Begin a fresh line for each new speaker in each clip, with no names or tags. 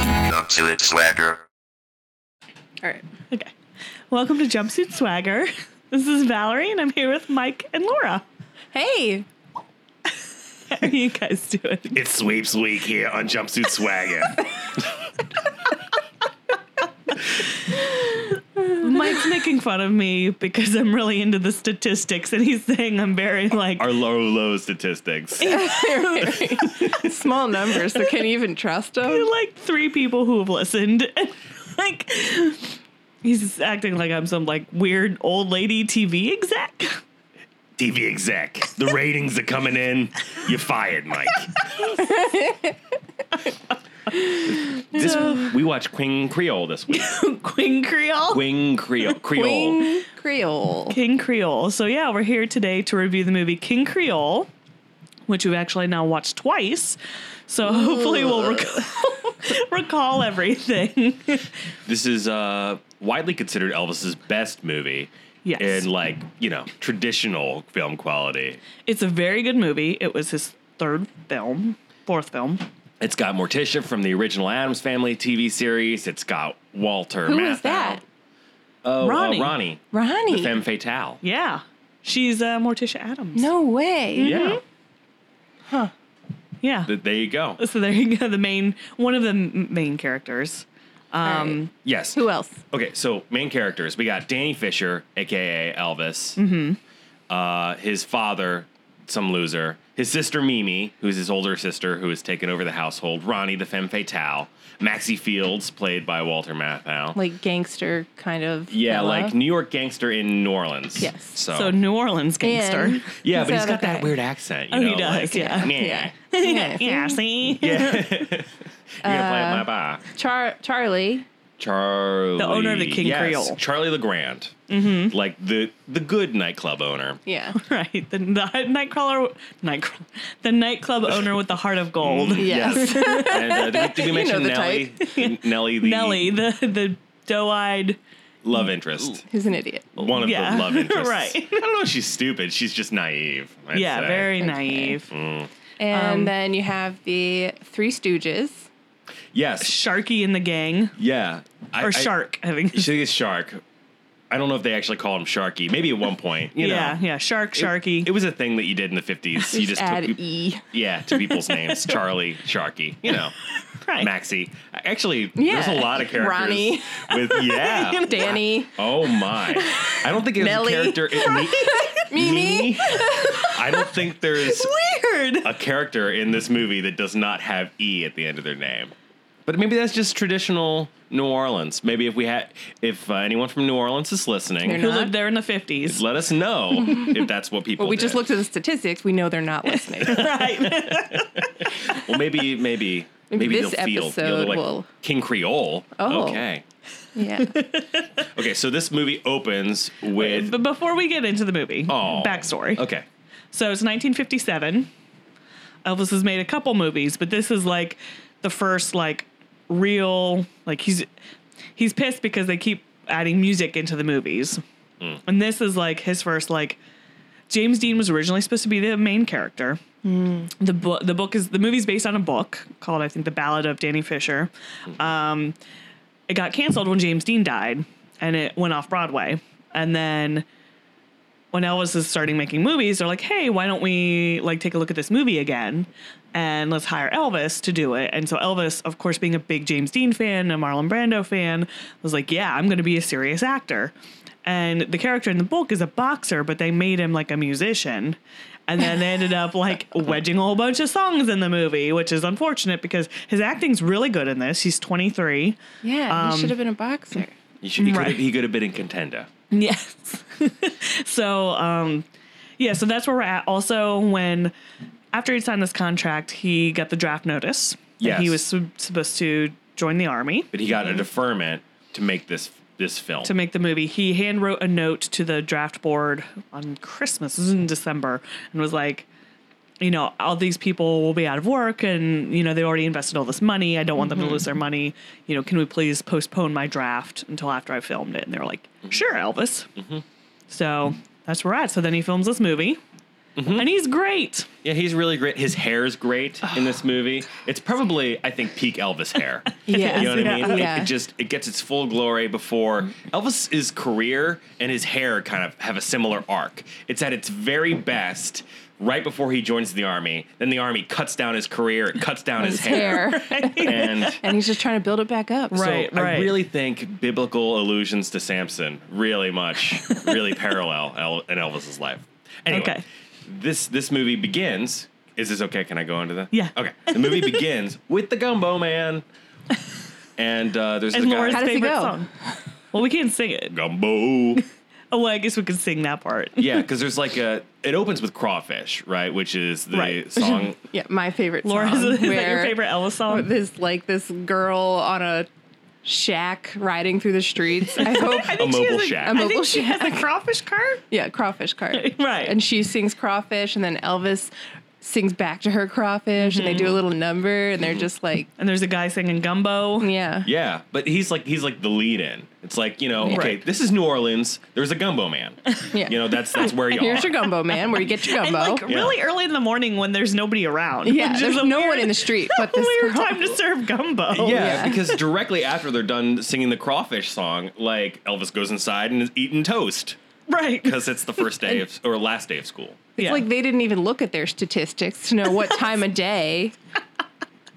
Jumpsuit Swagger.
All right.
Okay. Welcome to Jumpsuit Swagger. This is Valerie, and I'm here with Mike and Laura.
Hey.
How are you guys doing?
It's sweeps week here on Jumpsuit Swagger.
Mike's making fun of me because I'm really into the statistics, and he's saying I'm very like.
Our low, low statistics.
Small numbers, so can you even trust them?
like three people who have listened. And like, he's acting like I'm some like weird old lady TV exec.
TV exec. The ratings are coming in. You're fired, Mike. this, we watched Queen Creole this week.
Queen Creole.
Queen Creole. Creole.
Wing Creole.
King Creole. So yeah, we're here today to review the movie King Creole, which we've actually now watched twice. So hopefully we'll recall, recall everything.
This is uh, widely considered Elvis's best movie.
Yes.
In like, you know, traditional film quality.
It's a very good movie. It was his third film, fourth film.
It's got Morticia from the original Adams Family TV series. It's got Walter
Who
Matthau.
was that?
Oh, uh,
Ronnie.
Ronnie. The
Ronnie.
femme fatale.
Yeah, she's uh, Morticia Adams.
No way.
Yeah.
Yeah.
Th- there you go.
so there you go. The main one of the m- main characters. Um,
Yes.
Who else?
Okay, so main characters. We got Danny Fisher, aka Elvis. Uh, his father, some loser. His sister Mimi, who's his older sister, who has taken over the household. Ronnie, the femme fatale. Maxie Fields, played by Walter Matthau.
Like gangster kind of.
yeah,
fella.
like New York gangster in New Orleans.
Yes.
So,
So New Orleans gangster.
And-
yeah, but he's got
okay.
that weird accent. You
Oh,
know,
he does.
like,
yeah.
meh.
Yeah.
yeah. See.
Yeah. You're gonna play at my bar.
Char- Charlie.
Charlie,
The owner of the King
yes,
Creole.
Charlie Legrand, mm-hmm. like the the good nightclub owner.
Yeah.
Right. The, the nightcrawler, nightcrawler, the nightclub owner with the heart of
Mm-hmm.
gold.
Yes.
and uh, did, we- did we
You
mention
know the
Nelly? Nelly, the
Nellie, the the doe-eyed.
love interest.
Who's an idiot?
One of
Yeah.
the love interests.
Right.
I don't know if she's stupid. She's just naive. I'd
yeah,
say.
very
Okay.
naive.
Mm.
And then you have the Three Stooges.
Yes.
Sharky in the gang
Yeah. I-
or
I-
shark. I think.
She thinks shark. I don't know if they actually call him Sharky. Maybe at one point. You
yeah,
Know.
yeah. Shark,
It-
Sharky.
It, was a thing that you did in the 50s. You just
add
took, peop-
E.
yeah, to people's names. Charlie, Sharky, you know,
right.
Maxie. Actually,
Yeah.
there's a lot of characters.
Ronnie.
With, yeah.
Danny.
Oh my! I don't think it's a
Nelly.
character. It, me,
Mimi.
I don't think there's
Weird.
a character in this movie that does not have E at the end of their name. But maybe that's just traditional New Orleans. Maybe if we had, if uh, anyone from New Orleans is
They're
listening,
Who
not.
lived there in the fifties?
let us know if that's what people.
Well, we just
did.
looked at the statistics. We know they're not listening.
right.
Well, maybe, maybe,
Maybe
maybe,
this
they'll feel
episode
you'll look like
will-
King Creole.
Oh.
Okay.
yeah.
Okay. So this movie opens with.
but before we get into the movie,
Oh.
backstory.
Okay.
So it's 1957. Elvis has made a couple movies, but this is like the first like real like he's he's pissed because they keep adding music into the movies. And this is like his first like James Dean was originally supposed to be the main character. The book the book is the movie's based on a book called I think The Ballad of Danny Fisher. Um it got canceled when James Dean died and it went off Broadway. And then when Elvis is starting making movies, they're like, hey, why don't we like take a look at this movie again and let's hire Elvis to do it. And so Elvis, of course, being a big James Dean fan and Marlon Brando fan, was like, yeah, I'm going to be a serious actor. And the character in the book is a boxer, but they made him like a musician. And then they ended up like wedging a whole bunch of songs in the movie, which is unfortunate because his acting's really good in this. He's 23.
Yeah. he
Um,
should have been a boxer.
You should, he,
Right.
could, he could have been in contender.
Yes. so, um, yeah, so that's where we're at. Also, when after he signed this contract, he got the draft notice. that He
Yes.
was sub- supposed to join the army
but he got
Mhm.
a deferment to make this this film.
to make the movie. He hand wrote a note to the draft board on Christmas, this was in December, and was like, you know, all these people will be out of work and, you know, they already invested all this money. I don't want them to lose their money. You know, can we please postpone my draft until after I filmed it? And they were like, sure, Elvis. So that's where we're at. So then he films this movie. and he's great.
Yeah, he's really great. His hair's great in
Oh,
this movie. It's probably, I think, peak Elvis hair.
Yes.
You know what I mean? It-
Yeah. Mm-hmm.
It, just it gets its full glory before Elvis's career and his hair kind of have a similar arc. It's at its very best right before he joins the army. Then the army cuts down his career, it cuts down his,
His hair.
and
And he's just trying to build it back up.
Right.
so I really think biblical allusions to Samson really much, really parallel El- in Elvis's life. Anyway,
Okay.
this this movie begins. Is this okay? Can I go into that?
Yeah.
Okay. The movie begins with the Gumbo Man, and uh, there's
And
the
Laura's
How
guy
does it
favorite
go?
song. Well, we can't sing it.
Gumbo.
Oh, well, I guess we can sing that part.
yeah, because there's like a. It opens with crawfish, right? Which is the
Right.
song.
Yeah, my favorite
Laura, is,
song.
is that your
where
favorite Elvis song?
This like this girl on a shack riding through the streets. I hope.
I think she
mobile
has
shack.
I
A
mobile
think she has a crawfish cart.
yeah, crawfish cart.
Right.
And she sings crawfish, and then Elvis sings back to her crawfish, and they
Mm-hmm.
do a little number, and they're just like,
And there's a guy singing gumbo.
yeah,
Yeah, but he's like he's like the lead in. It's like you know, okay,
Right.
this is New Orleans. There's a Gumbo Man.
yeah.
You know, that's that's where you
Here's
are.
your gumbo, man. Where you get your
And
gumbo.
like really early in the morning when there's nobody around.
yeah,
which is
there's
a
no
weird,
one in the street but this
weird
girl.
time to serve gumbo.
yeah,
yeah.
because directly after they're done singing the crawfish song, like Elvis goes inside and is eating toast
Right.
because it's the first day of or last day of school.
It's
Yeah.
like they didn't even look at their statistics to know what time of day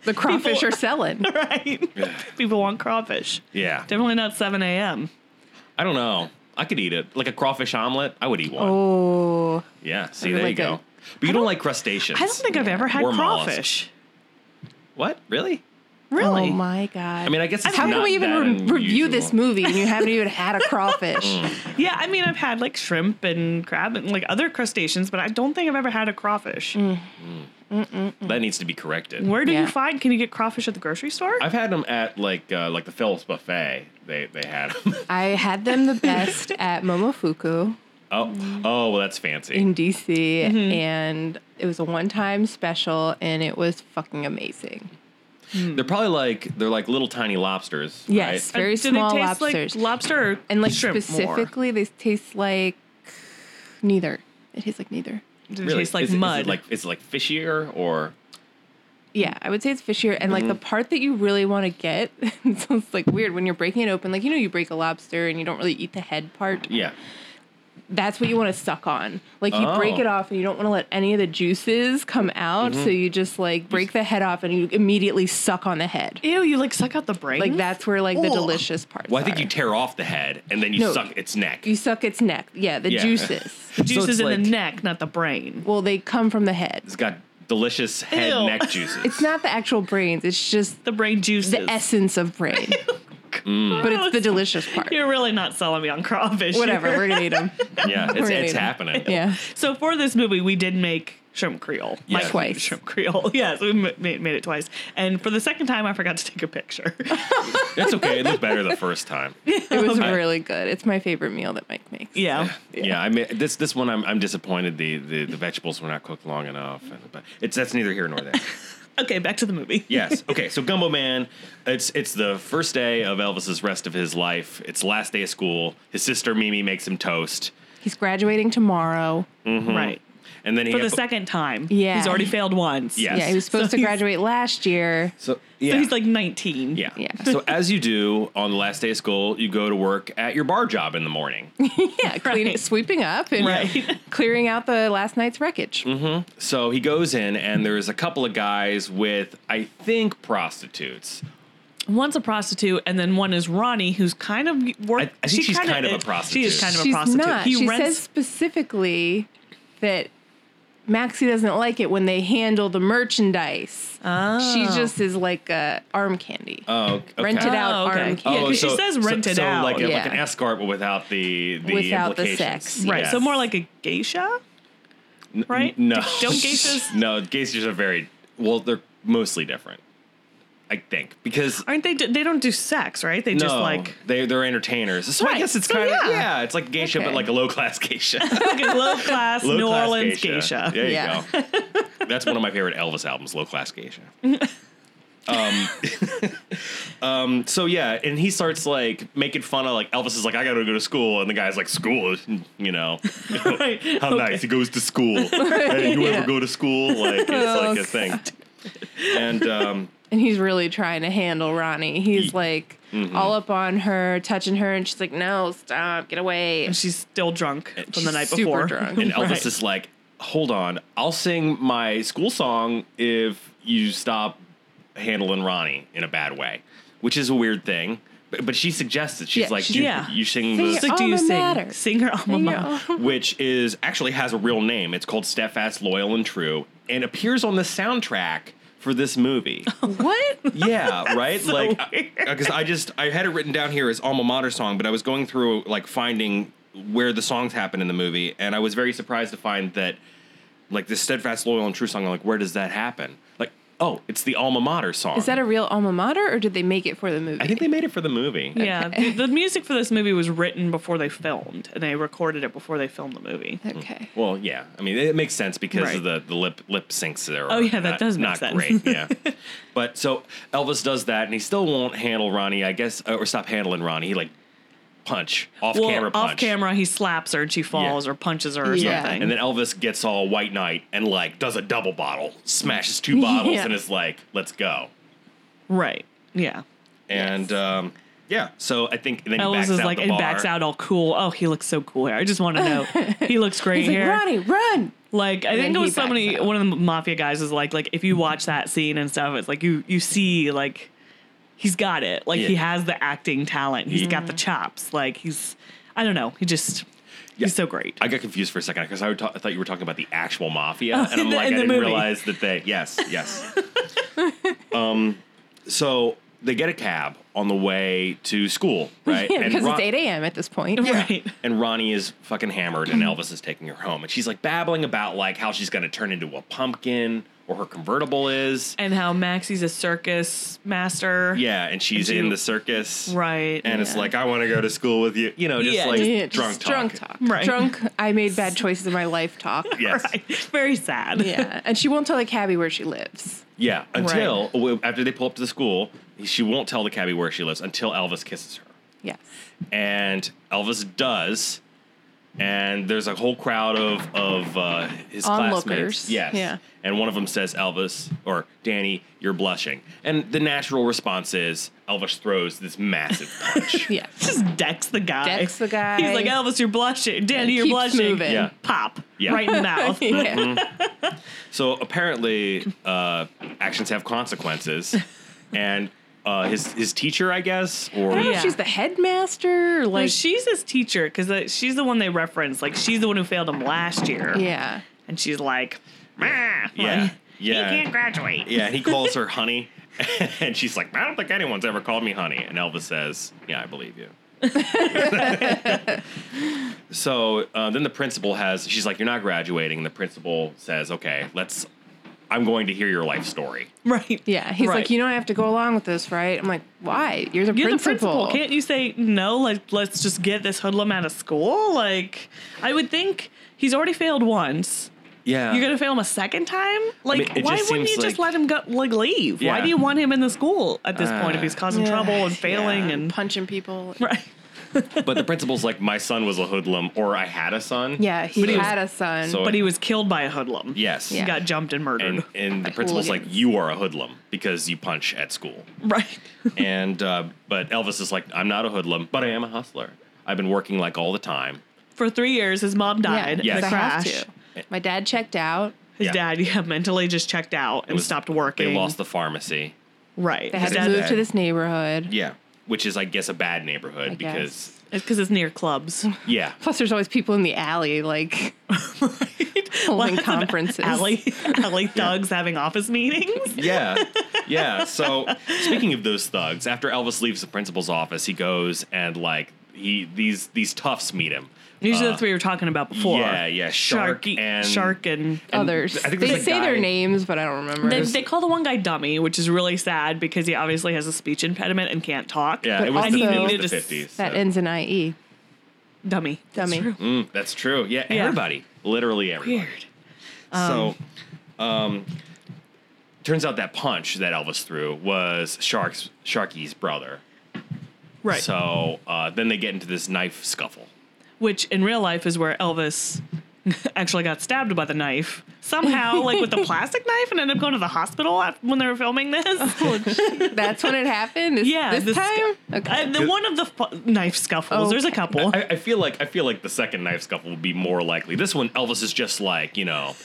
the crawfish
People-
are selling.
right. People want crawfish.
Yeah,
Definitely not 7 a.m.
I don't know. I could eat it like a crawfish omelet. I would eat one.
Oh,
yeah, see
I
there you
like
go.
it.
But you don't, like crustaceans.
I don't think I've ever had
Or mollusk.
crawfish.
What really?
Really?
oh my god!
I mean, I guess it's
how can
not
we even
that
re- review
unusual. Mm.
this movie and you haven't even had a crawfish?
Yeah, I mean, I've had like shrimp and crab and like other crustaceans, but I don't think I've ever had a crawfish. Mm.
That needs to be corrected.
Where do
Mm, Yeah.
you find? Can you get crawfish at the grocery store?
I've had them at like uh, like the Phillips buffet. They they had. 'em.
I had them the best at Momofuku
Mm.
oh oh well, that's fancy.
in DC,
Mm-hmm.
and it was a one-time special, and it was fucking amazing.
They're probably like they're like little tiny lobsters.
Yes,
right?
very
do
small
they taste
lobsters,
like lobster or
and like
shrimp
specifically, they taste like neither. It tastes like neither.
more? Do they taste like
Is it- is it
mud?
like is it like fishier or
Yeah, I would say it's fishier. And like the
Mm-hmm.
part that you really want to get, it sounds like weird when you're breaking it open. Like, you know, you break a lobster and you don't really eat the head part.
yeah?
That's what you want to suck on. Like, you
Oh. Mm-hmm.
break it off and you don't want to let any of the juices come out. So you just like break the head off and you immediately suck on the head.
Ew, you like suck out the brain.
Like, that's where like the
Ugh.
delicious parts
Mm-hmm. Well, I think you
are.
tear off the head and then you
No.
suck its neck.
you suck its neck. Yeah, the
Yeah.
juices.
juices
So it's
in
like-
the neck, not the brain.
well, they come from the head.
It's got delicious head
Ew.
neck juices.
It's not the actual brains, it's just
The brain juices.
the essence of brain. But it's the delicious part.
You're really not selling me on crawfish.
Whatever,
here.
we're going to eat them.
yeah, it's,
We're
it's
eating.
happening.
Yeah.
So for this movie, we did make shrimp creole. My
Yeah.
Twice.
Shrimp creole. Yes, we ma- made, made it twice. And for the second time, I forgot to take a picture.
That's okay. It looked better the first time. Yeah,
It was really good. It's my favorite meal that Mike makes.
yeah.
I mean this this one I'm I'm disappointed the the, the vegetables were not cooked long enough. And, but it's that's neither here nor there.
Okay, back to the movie.
Yes. Okay. So Gumbo Man, it's it's the first day of Elvis's rest of his life. It's last day of school. His sister Mimi makes him toast,
He's graduating tomorrow.
Right.
and then he
For the second time.
Yeah.
He's already failed once.
Mm-hmm. Yeah.
Yeah, he was supposed
So
to
he's-
graduate last year.
So, yeah.
So he's like 19.
Yeah.
Yeah.
So as you do on the last day of school, you go to work at your bar job in the morning.
Yeah, cleaning, sweeping up and
Right. Mm-hmm.
clearing out the last night's wreckage.
so he goes in, and there's a couple of guys with, I think, prostitutes.
One's a prostitute, and then one is Ronnie, who's kind of
I
work.
think she's kind of a
is- She
prostitute.
is kind of
She's
a prostitute.
not.
He
she
rents.
says specifically that Maxie doesn't like it when they handle the merchandise.
Ah.
She just is like a arm candy.
Uh.
Oh, okay.
Rented out
Oh, okay.
arm
Yeah,
candy.
'cause she says rented
so, so
out.
like, a, like
Yeah.
an escort, but without the the
Without the
implications.
sex,
right.
Yes.
So more like a geisha, right?
no,
Don't geishas.
no, geishas are very well. They're mostly different, I think, because
Aren't they? They don't do sex, right? They
no,
just like
they they're entertainers. So I
Right.
guess it's
So
kind
yeah.
of yeah, it's like geisha, but
Okay.
like a low class geisha.
low class
Low
New
Class
Orleans geisha.
There
Yeah.
you go. That's one of my favorite Elvis albums, Low Class Geisha. Um, so yeah, and he starts like making fun of like Elvis is like I gotta go to school, and the guy's like school, is, you know,
Right.
how nice he goes to school. hey, you
Yeah.
ever go to school? Like it's like
Oh,
a thing. And um,
And he's really trying to handle Ronnie. He's
Ye-
like
Mm-hmm.
all up on her, touching her, and she's like, "No, stop, get away."
And she's still drunk from the
she's
night
super
before.
drunk.
and Elvis
Right.
is like, hold on, I'll sing my school song if you stop handling Ronnie in a bad way, which is a weird thing. But, but she suggested she's
Yeah,
like,
she-
you,
yeah.
you sing
Sing
the
it
It's like, do you
Alma
sing?
mater.
Sing her alma
You
mater.
know?
which is actually has a real name. It's called Steadfast, Loyal, and True, and appears on the soundtrack for this movie.
what?
yeah, right.
so
like,
weird.
because I just I had it written down here as alma mater song, but I was going through like finding where the songs happen in the movie, and I was very surprised to find that like this Steadfast, Loyal, and True song. I'm like, where does that happen? Like, oh, it's the alma mater song.
Is that a real alma mater, or did they make it for the movie?
I think they made it for the movie.
Yeah, the, the music for this movie was written before they filmed, and they recorded it before they filmed the movie.
okay.
Well, yeah. I mean, it makes sense because of the,
Right.
the lip lip syncs there.
Oh,
are
yeah, that
not-
does make
not
sense.
great. Yeah, but so Elvis does that, and he still won't handle Ronnie. I guess uh, or stop handling Ronnie. He like punch off
well,
camera punch.
off camera, he slaps her and she falls
Yeah.
or punches her or
Yeah.
something.
And then Elvis gets all white knight and like does a double bottle, smashes two bottles,
Yeah.
and is like, "Let's go."
right. Yeah.
And um, yeah, so I think and then he
Elvis
backs
is
out
like,
the
and
bar.
backs out all cool. Oh, he looks so cool here. I just want to know. he looks great
He's like,
here.
Ronnie, run!
Like I
And
think
then he
it was somebody,
backs out.
one of the mafia guys was like, like if you watch that scene and stuff, it's like you you see like he's got it. Like he
Yeah.
has the acting talent. He's
Yeah.
got
Mm-hmm.
the chops. Like he's I don't know. He just
Yeah.
he's so great.
I got confused for a second because I, would ta- I thought you were talking about the actual mafia, and
Oh, in
I'm
the-
like, I
in the
didn't
movie.
realize that they. Yes, yes. um, so they get a cab on the way to school, right?
Yeah, because
Ron-
it's 8 a.m. at this point.
Right.
And Ronnie is fucking hammered, and Elvis is taking her home, and she's like babbling about like how she's gonna turn into a pumpkin or her convertible is.
And how Maxie's a circus master.
Yeah, and she's
And she-
in the circus.
Right.
And it's
Yeah.
like, I want to go to school with you. You know, just
Yeah,
like
just-
Yeah, just
drunk talk.
Drunk talk.
Right.
Drunk, I made bad choices in my life talk.
Yes.
Right. Very sad.
Yeah. And she won't tell the cabbie where she lives.
Yeah. Until w after they pull up to the school, she won't tell the cabbie where she lives until Elvis kisses her.
Yes.
And Elvis does. And there's a whole crowd of of uh, his
Onlookers.
classmates. Yes.
Yeah.
And one of them says, "Elvis or Danny, you're blushing." And the natural response is Elvis throws this massive punch.
Yes.
Just decks the guy.
Decks the guy.
He's like, Elvis, you're blushing. Danny, you're
keeps
blushing. Mm-hmm.
moving.
Yeah.
Pop.
Yeah.
Right in the mouth.
yeah.
So apparently, uh, actions have consequences, and uh, his his teacher, I guess, or
I don't know
Yeah.
if she's the headmaster. or,
Well,
Like,
she's his teacher because she's the one they reference. Like she's the one who failed him last year.
yeah.
and she's like, "Meh,
yeah,
like, he
yeah,
can't graduate."
yeah. He calls her honey, and she's like, "I don't think anyone's ever called me honey." And Elvis says, "Yeah, I believe you." so uh, then the principal has. She's like, "You're not graduating." And the principal says, "Okay, let's. I'm going to hear your life story."
Right.
Yeah. He's
Right.
like, you know, I have to go along with this, right? I'm like, why? You're the
You're
principal.
the principal. Can't you say no? Like, let's just get this hoodlum out of school. Like, I would think he's already failed once.
Yeah,
You're gonna fail him a second time. Like,
Uh. it
why
just
wouldn't you
seems
just
like-
let him go? Like, leave. Why
Yeah.
do you want him in the school at this point
Uh,
if he's causing
Yeah.
trouble and failing
Yeah,
and
punching people.
right?
but the principal's like, "My son was a hoodlum, or I had a son."
Yeah, he
But was-
had a son.
so-
But he was killed by a hoodlum.
Yes.
He
Yeah.
got jumped and murdered.
and and the
Like
principal's like,
hooligans.
"You are a hoodlum because you punch at school."
right.
and uh, but Elvis is like, "I'm not a hoodlum, but I am a hustler. I've been working like all the time."
For three years, his mom died in
Yes.
because
a
I have
crash.
to. My dad checked out.
His
Yeah.
dad, yeah, mentally just checked out and stopped working.
They lost the pharmacy.
right.
They
His
had to
is
dad-
move
bad.
to this neighborhood.
Yeah, which is, I guess, a bad neighborhood
I
because
It's because it's near clubs.
yeah,
Plus, there's always people in the alley, like holding
Lots of
conferences.
Alley, alley thugs having office meetings.
yeah, yeah. So speaking of those thugs, after Elvis leaves the principal's office, he goes and like he these these toughs meet him.
These are
Uh,
the three we were talking about before.
yeah, yeah, Shark and-
Shark and.
and
Others.
I think
they
there's a
say their
guy-
names, but I don't remember.
They, they call the one guy dummy, which is really sad because he obviously has a speech impediment and can't talk.
Yeah,
But
it was
also-
the, it
I
was
needed
the
to s-
50s.
that
so-
ends in E. IE.
dummy, That's
Dummy.
true.
Mm, that's true. Yeah,
Yeah. Um,
everybody, literally everybody.
Weird.
So, um, turns out that punch that Elvis threw was Shark's Sharky's brother.
Right.
So uh, then they get into this knife scuffle.
Which in real life is where Elvis actually got stabbed by the knife somehow, like with the plastic knife, and ended up going to the hospital af- when they were filming this.
Oh,
That's when it happened. This,
Yeah,
this,
this
time.
Uh,
okay.
the, one of the fu- knife scuffles.
Oh.
There's a couple.
I, I feel like I feel like the second knife scuffle would be more likely. This one, Elvis is just like you know,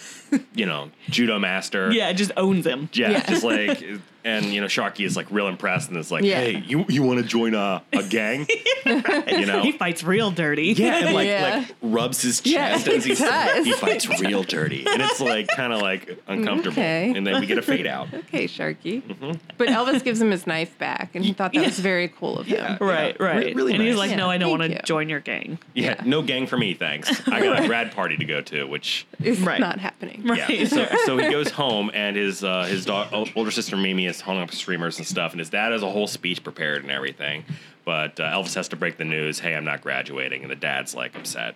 you know, judo master.
yeah, it just owns him.
Yeah,
Yeah.
just like, and you know, Sharky is like real impressed and is like,
Yeah.
"Hey, you you want to join a, a gang?" you know,
He fights real dirty.
yeah, and like
Yeah.
like rubs his
Yeah,
chest as
he
he
does.
he fights real dirty, and it's like kind of like uncomfortable,
Okay.
and then we get a fade out.
okay, Sharky.
Mm-hmm.
But Elvis gives him his knife back, and he thought that was very cool of him.
Yeah.
Right,
Re-
right.
really
and he's
nice.
like, no,
Yeah,
I don't
thank
want
you.
to join your gang.
Yeah, no gang for me, thanks. I got a grad party to go to, which
It's
Right.
not happening.
Right.
yeah. So, so he goes home, and his uh, his daughter, older sister Mimi is hung up streamers and stuff, and his dad has a whole speech prepared and everything. But uh, Elvis has to break the news, "Hey, I'm not graduating," and the dad's like upset.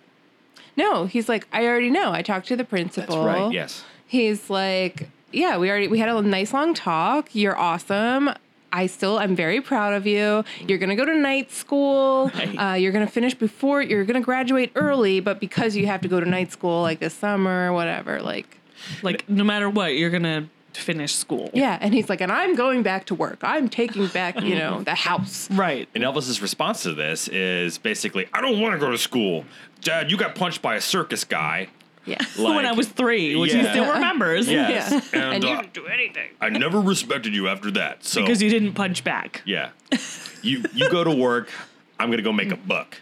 No, he's like, I already know. I talked to the principal.
Yes.
He's like, yeah, we already we had a nice long talk. You're awesome. I still I'm very proud of you. You're gonna go to night school.
Right.
Uh, you're gonna finish before you're gonna graduate early, but because you have to go to night school like this summer or whatever, like
Like, no matter what, you're going to finish school.
yeah. And he's like, and I'm going back to work. I'm taking back you know the house.
Right.
And Elvis's response to this is basically, "I don't want to go to school, Dad. You got punched by a circus guy."
Yeah.
when
Like,
I was three, which he
yeah.
still remembers.
Yes.
Yeah.
And,
And you
uh,
Do anything.
I never respected you after that. So
Because you didn't punch back.
Yeah. You you go to work, I'm gonna go make a buck.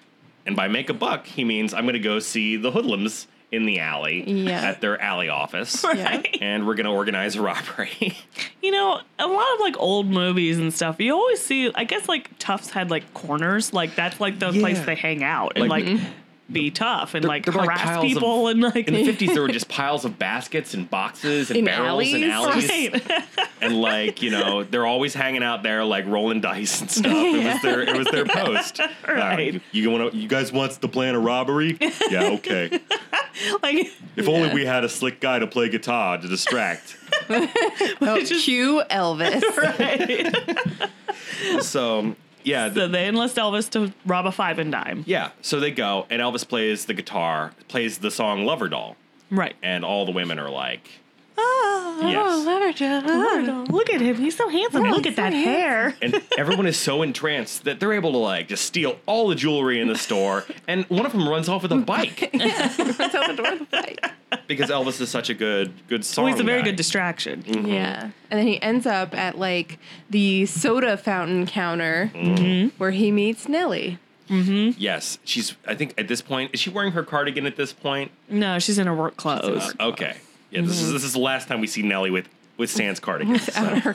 And by make a buck, he means I'm gonna go see the hoodlums in the alley
Yeah.
at their alley office.
Yeah.
Right.
And we're gonna organize a robbery.
You know, a lot of like old movies and stuff, you always see, I guess like Tufts had like corners. Like, that's like the place
Yeah.
they hang out and
Like-
like mm-hmm. be tough and like
there were, like,
harass
piles of-
people and like.
In the fifties there were just piles of baskets and boxes and
In
barrels and
alleys?
alleys.
Right.
And like, you know, they're always hanging out there like rolling dice and stuff. It was their it was their post. Uh,
Right.
you, you wanna you guys wants to plan a robbery? Yeah, okay.
like,
If only we had a slick guy to play guitar to distract.
Oh, cue Elvis.
right.
so yeah,
so they enlist Elvis to rob a five and dime.
Yeah, so they go, and Elvis plays the guitar, plays the song Lover Doll,
Right.
and all the women are like,
Oh,
Oh,
yes.
Leverage.
look at him. He's so handsome.
Yeah,
look
he's
at
so
that
handsome.
hair.
And everyone is so entranced that they're able to, like, just steal all the jewelry in the store, and one of them runs off with a bike
Runs out the door with a bike.
because Elvis is such a good, good song.
Oh, Mm. he's a very
guy.
good distraction.
Yeah. And then he ends up at like the soda fountain counter
Mm-hmm.
where he meets Nellie.
Yes, she's, I think at this point, is she wearing her cardigan at this point?
No, she's in her work clothes.
Uh, okay. Yeah, this
Mm-hmm.
is this is the last time we see Nellie with, with Sans cardigan. so.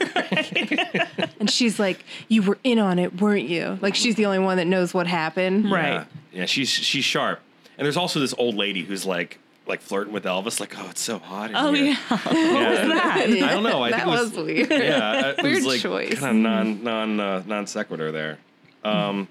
And she's like, You were in on it, weren't you? Like, she's the only one that knows what happened.
Right.
Yeah. Yeah, she's she's sharp. And there's also this old lady who's like like flirting with Elvis, like, oh, it's so hot. In
Oh,
here.
yeah.
Yeah.
that?
I don't know. I
that
think it was,
was, weird.
yeah, uh, it
Weird
was like
choice.
kind of non non uh, non sequitur there. Um,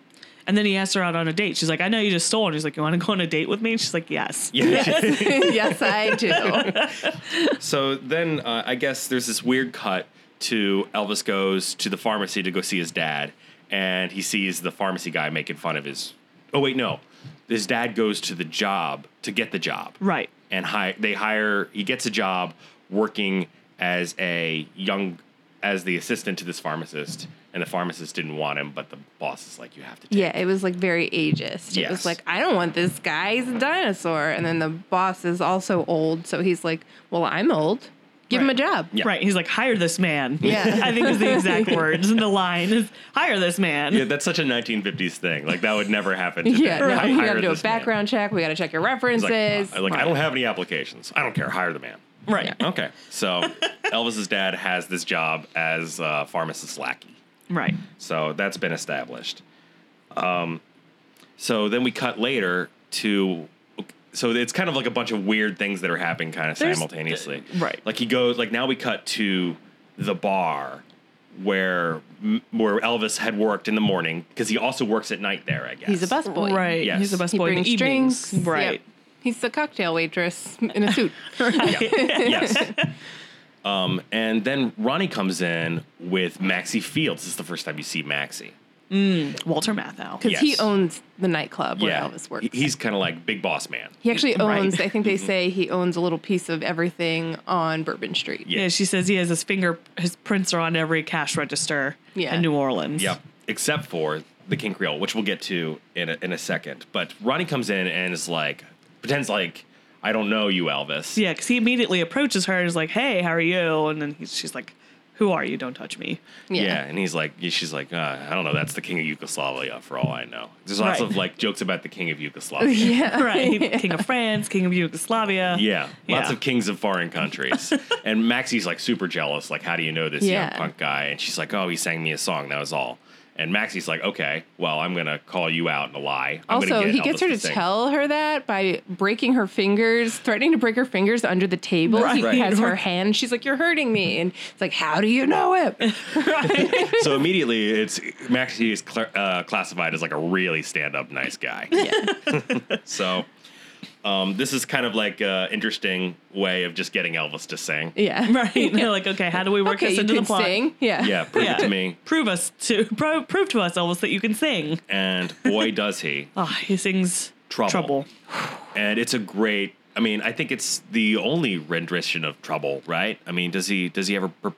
And then he asked her out on a date. She's like, I know you just stole. And he's like, You want to go on a date with me? And she's like, Yes.
yeah.
yes, I do.
so then uh, I guess there's this weird cut to Elvis goes to the pharmacy to go see his dad, and he sees the pharmacy guy making fun of his. Oh wait, no, his dad goes to the job to get the job.
Right.
and hire they hire he gets a job working as a young as the assistant to this pharmacist and the pharmacist didn't want him but the boss is like you have to take
Yeah, it was like very ageist. It
Yes.
was like, I don't want this guy. He's a dinosaur. And then the boss is also old. So he's like, Well, I'm old. Give him a
Right.
job.
Yeah.
Right. He's like, Hire this man.
Yeah.
I think is the exact words. And the line is, Hire this man.
yeah, that's such a 1950s thing. Like that would never happen. Today.
Yeah,
Hi-
no, we
hire
gotta do a
this man.
background check. We gotta check your
It's like,
references.
uh, like, I don't have any applications. I don't care. Hire the man.
Right.
Okay. So Elvis's dad has this job as uh, pharmacist lackey.
Right.
So that's been established. Um, so then we cut later to. So it's kind of like a bunch of weird things that are happening kind of
There's-
simultaneously.
right.
Like he goes, like now we cut to the bar where where Elvis had worked in the morning because he also works at night there, I guess.
He's a busboy.
Right.
Yes.
He's the best
He
boy in
brings
the evenings.
drinks. Yep.
Right.
He's the cocktail waitress in a suit.
Yeah. yes. Um, and then Ronnie comes in with Maxie Fields. This is the first time you see Maxie.
Walter Matthau.
because he
Yes.
owns the nightclub where Elvis works.
He- He's kind of like big boss man.
He actually
Right.
owns, I think they say he owns a little piece of everything on Bourbon Street.
Yeah.
Yeah, she says he has his finger, his prints are on every cash register
Yeah.
in New Orleans.
Yep. Except for the King Creole, which we'll get to in a, in a second. But Ronnie comes in and is like, pretends like, I don't know you, Elvis.
Yeah, because he immediately approaches her and is like, hey, how are you? And then he's, she's like, who are you? Don't touch me.
Yeah.
and he's like, she's like, uh, I don't know. That's the king of Yugoslavia, for all I know. There's lots
Right.
of like jokes about the king of Yugoslavia.
Yeah.
Right. King of France, King of Yugoslavia.
Yeah, lots
Yeah.
of kings of foreign countries. and Maxie's like super jealous. Like, how do you know this
Yeah.
young punk guy? And she's like, oh, he sang me a song. That was all. And Maxie's like, okay, well, I'm gonna call you out in a lie. I'm gonna
Also, he
Elvis
gets her to
sing."
tell her that by breaking her fingers, threatening to break her fingers under the table. He
Right.
has her hand. She's like, "You're hurting me," and it's like, "How do you know it?"
So immediately, it's Maxie is cl- uh, classified as like a really stand-up nice guy. so. Um, this is kind of like an interesting way of just getting Elvis to sing.
Yeah.
Right. And they're like, okay, how do we work
Okay,
this
you
into the
can
plot?
sing. Yeah.
Yeah, prove
Yeah.
it to me.
Prove us to pro- prove to us Elvis that you can sing.
And boy, does he.
Ah, he sings
Trouble.
trouble.
and it's a great i mean i think it's the only rendition of trouble right i mean does he does he ever per-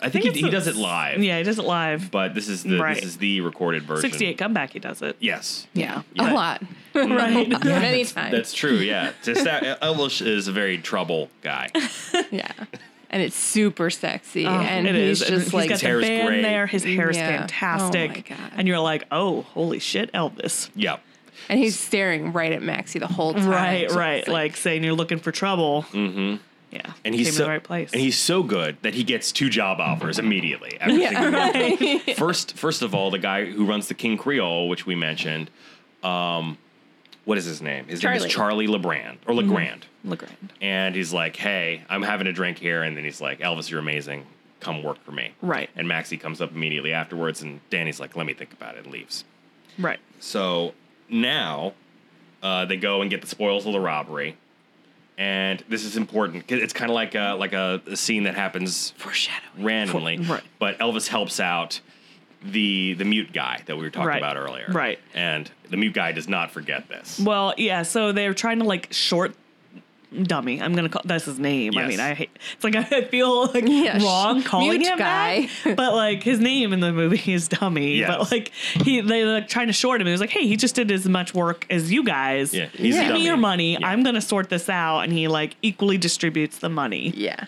i think, he,
it's
he
a-
does it live
Yeah, he does it live.
but this is the
Right.
this is the recorded version
68 comeback, he does it.
yes
Yeah.
A lot.
Right.
Many times.
that's true yeah Just that- elvis is a very trouble guy
yeah. And it's super sexy. and
Oh, it
he's
is. And
just like
he's got
hair's
the band
great.
there. His hair is
Yeah. Oh my
fantastic.
God.
And you're like, oh, holy shit, Elvis.
yeah
and he's staring right at Maxie the whole time.
Right,
So
right.
it's
Like, saying you're looking for trouble. Mm-hmm. Yeah.
and he's
Came
so,
in the right place.
and he's so good that he gets two job offers immediately after
yeah,
singing
right.
First, first of all, the guy who runs the King Creole, which we mentioned, um, what is his name? His name is Charlie Lebrand or
Mm-hmm.
Legrand,
Legrand.
and he's like, "Hey, I'm having a drink here," and then he's like, "Elvis, you're amazing. Come work for me."
Right.
And Maxie comes up immediately afterwards, and Danny's like, "Let me think about it," and leaves.
Right.
So now uh, they go and get the spoils of the robbery. And this is important 'cause it's kind of like a like a, a scene that happens
Foreshadowing.
randomly.
For- right.
But Elvis helps out the the mute guy that we were talking
Right.
about earlier.
Right.
And the mute guy does not forget this.
Well, yeah. So they're trying to like short dummy. I'm gonna call that's his name. I
Yes.
mean, I hate. It's like I feel like
Yeah, sh-
wrong calling
mute
him
guy.
that, but like his name in the movie is dummy.
Yes.
But like he, they're like trying to short him. He was like, hey, he just did as much work as you guys.
Yeah, he's a
Give
dummy.
me your money.
Yeah.
I'm gonna sort this out, and he like equally distributes the money.
Yeah.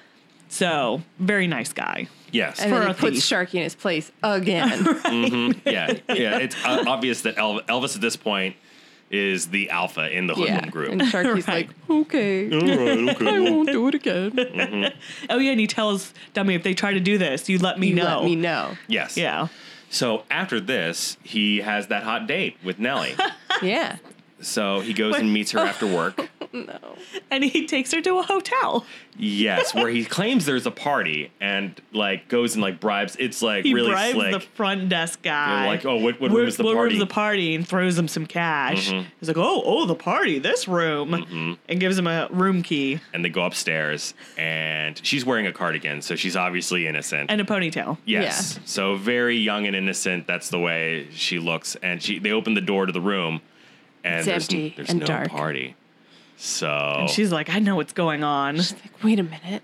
So very nice guy.
Yes.
And then he
a
puts Sharky in his place again.
yeah. Yeah. It's uh, obvious that Elv- Elvis at this point is the alpha in the hoodlum
yeah.
group.
And Sharky's
Right.
like, okay, I won't do it again.
Oh yeah, and he tells dummy if they try to do this, you let me
You
know.
let me know.
yes.
Yeah.
So after this, he has that hot date with Nellie.
Yeah.
So he goes and meets her after work.
And he takes her to a hotel.
Yes, where he claims there's a party and like goes and like bribes. It's like
He
really
bribes
slick.
the front desk guy.
They're like, oh, what, what
Where-
room is the
what
party? Mm-hmm.
room's the party? And throws him some cash. He's like, oh, oh, the party, this room, and gives him a room key
and they go upstairs, and she's wearing a cardigan, so she's obviously innocent.
and a ponytail.
yes, so very young and innocent. That's the way she looks. And she they open the door to the room, and
It's
there's,
empty
there's
and
no
dark.
party. So
And she's like, I know what's going on.
Like, wait a minute.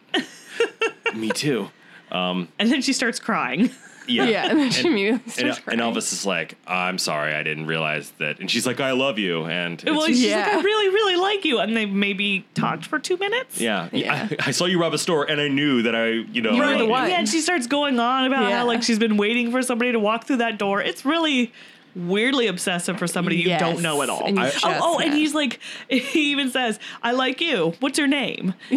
me too.
And then she starts crying.
Yeah.
Yeah. And then she immediately
And,
starts
and
crying.
Elvis is like, I'm sorry, I didn't realize that. And she's like, I love you. And
well,
it's-
she's
Yeah.
like, I really, really like you. And they maybe talked for two minutes.
Yeah.
Yeah.
I, I saw you rob a store and I knew that I, you know,
You were the
I loved you.
one.
Yeah, and she starts going on about
Yeah.
how like she's been waiting for somebody to walk through that door. It's really weirdly obsessive for somebody
Yes,
you don't know at all.
and you
oh,
just
oh, and
met.
he's like, he even says, "I like you. What's your name?"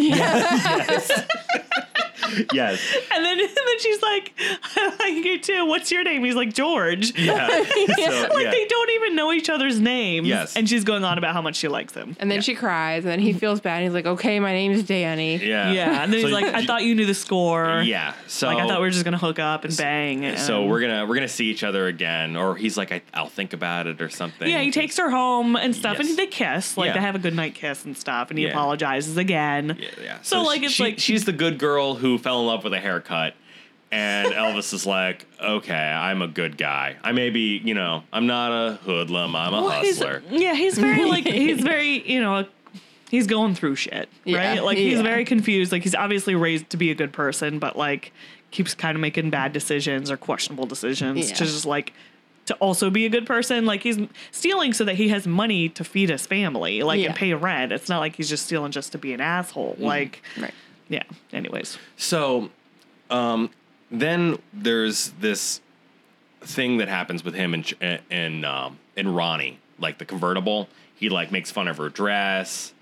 Yes.
And then, and then she's like, "I like you too. What's your name?" He's like, "George."
Yeah. So,
Like
yeah.
they don't even know each other's names.
Yes.
And she's going on about how much she likes him.
And then she cries, and then he feels bad. And he's like, okay, my name is Danny.
Yeah.
Yeah. And then
So
he's like, "I
you-
thought you knew the score."
Yeah. So
Like I thought we were just gonna hook up and bang. And
So we're gonna we're gonna see each other again, or he's like, I, I'll think about it or something.
Yeah, he takes her home and stuff,
Yes.
and they kiss, like
Yeah.
they have a good night kiss and stuff, and he
Yeah.
apologizes again.
Yeah. yeah.
So, like, it's
she-
like-
she's the good girl who fell in love with a haircut. And Elvis is like, okay, I'm a good guy. I may be, you know, I'm not a hoodlum. I'm a
Well, he's-
hustler.
yeah, he's very like he's very you know he's going through shit,
Yeah,
right? Like he's
yeah.
very confused. Like he's obviously raised to be a good person, but like keeps kind of making bad decisions or questionable decisions
Yeah.
to just like to also be a good person. Like he's stealing so that he has money to feed his family, like
Yeah.
and pay rent. It's not like he's just stealing just to be an asshole. Like
Right.
yeah. Anyways,
So um, then there's this thing that happens with him and and um, and Ronnie, like the convertible. He like makes fun of her dress,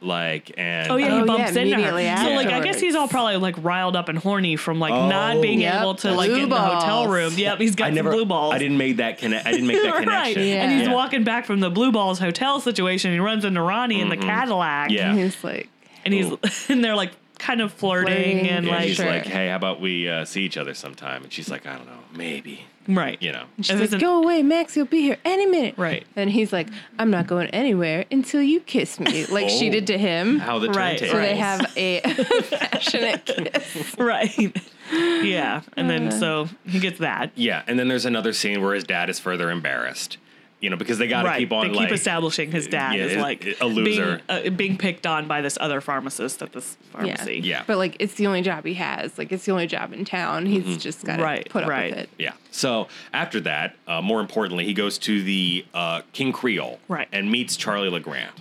like and
oh yeah, he
Oh, yeah,
bumps into her.
immediately
So like I
afterwards.
guess he's all probably like riled up and horny from like
Oh.
not being
Yep,
able to
the
like get
blue
in the hotel
balls.
room. Yep, he's got
I
some
never
blue balls.
I didn't make that connect. I didn't make that
right.
connection.
And he's
Yeah.
walking back from the Blue Balls hotel situation. He runs into Ronnie in the Cadillac.
Mm-hmm. Yeah.
He's like,
And he's
Ooh.
and they're like kind of flirting,
Flirting.
and
Yeah,
like
he's
Sure.
like, hey, how about we uh, see each other sometime? And she's like, I don't know, maybe.
right.
You know.
she's
It
like,
isn't-
go away, Max. You'll be here any minute.
Right.
And he's like, I'm not going anywhere until you kiss me, like she
Oh.
did to him.
How the
Right.
turntables.
so they have a passionate kiss.
Right. yeah. And then
Uh.
so he gets that.
Yeah, and then there's another scene where his dad is further embarrassed, you know, because they got to
Right.
keep on
they keep
like
establishing his dad
yeah,
is
is-
like
a loser.
Being, uh, being picked on by this other pharmacist at this pharmacy.
Yeah.
But like, it's the only job he has. Like, it's the only job in town. He's
Mm-hmm.
just got to
Right,
put up
right.
with it.
Yeah. So after that, uh, more importantly, he goes to the uh, King Creole,
Right.
and meets Charlie Legrand.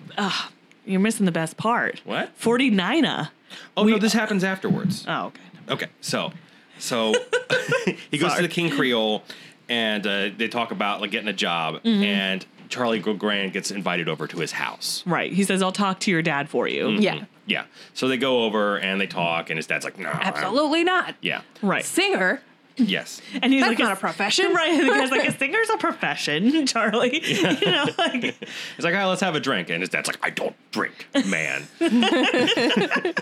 You're missing the best part.
What?
49a.
Oh no, this happens afterwards.
Oh, okay.
Okay, so so he goes to
Sorry.
the King Creole, and uh, they talk about like getting a job, and Charlie Legrand gets invited over to his house.
Right. He says, I'll talk to your dad for
Mm.
you.
Yeah.
Yeah. So they go over and they talk, and his dad's like, "No, I'm-"
Absolutely not.
Yeah.
Right.
Singer.
Yes.
And he's
That's
like,
not a profession.
right? And the guy's like, a singer's a profession, Charlie. You know, like,
He's like, all right, let's have a drink. And his dad's like, I don't drink, man.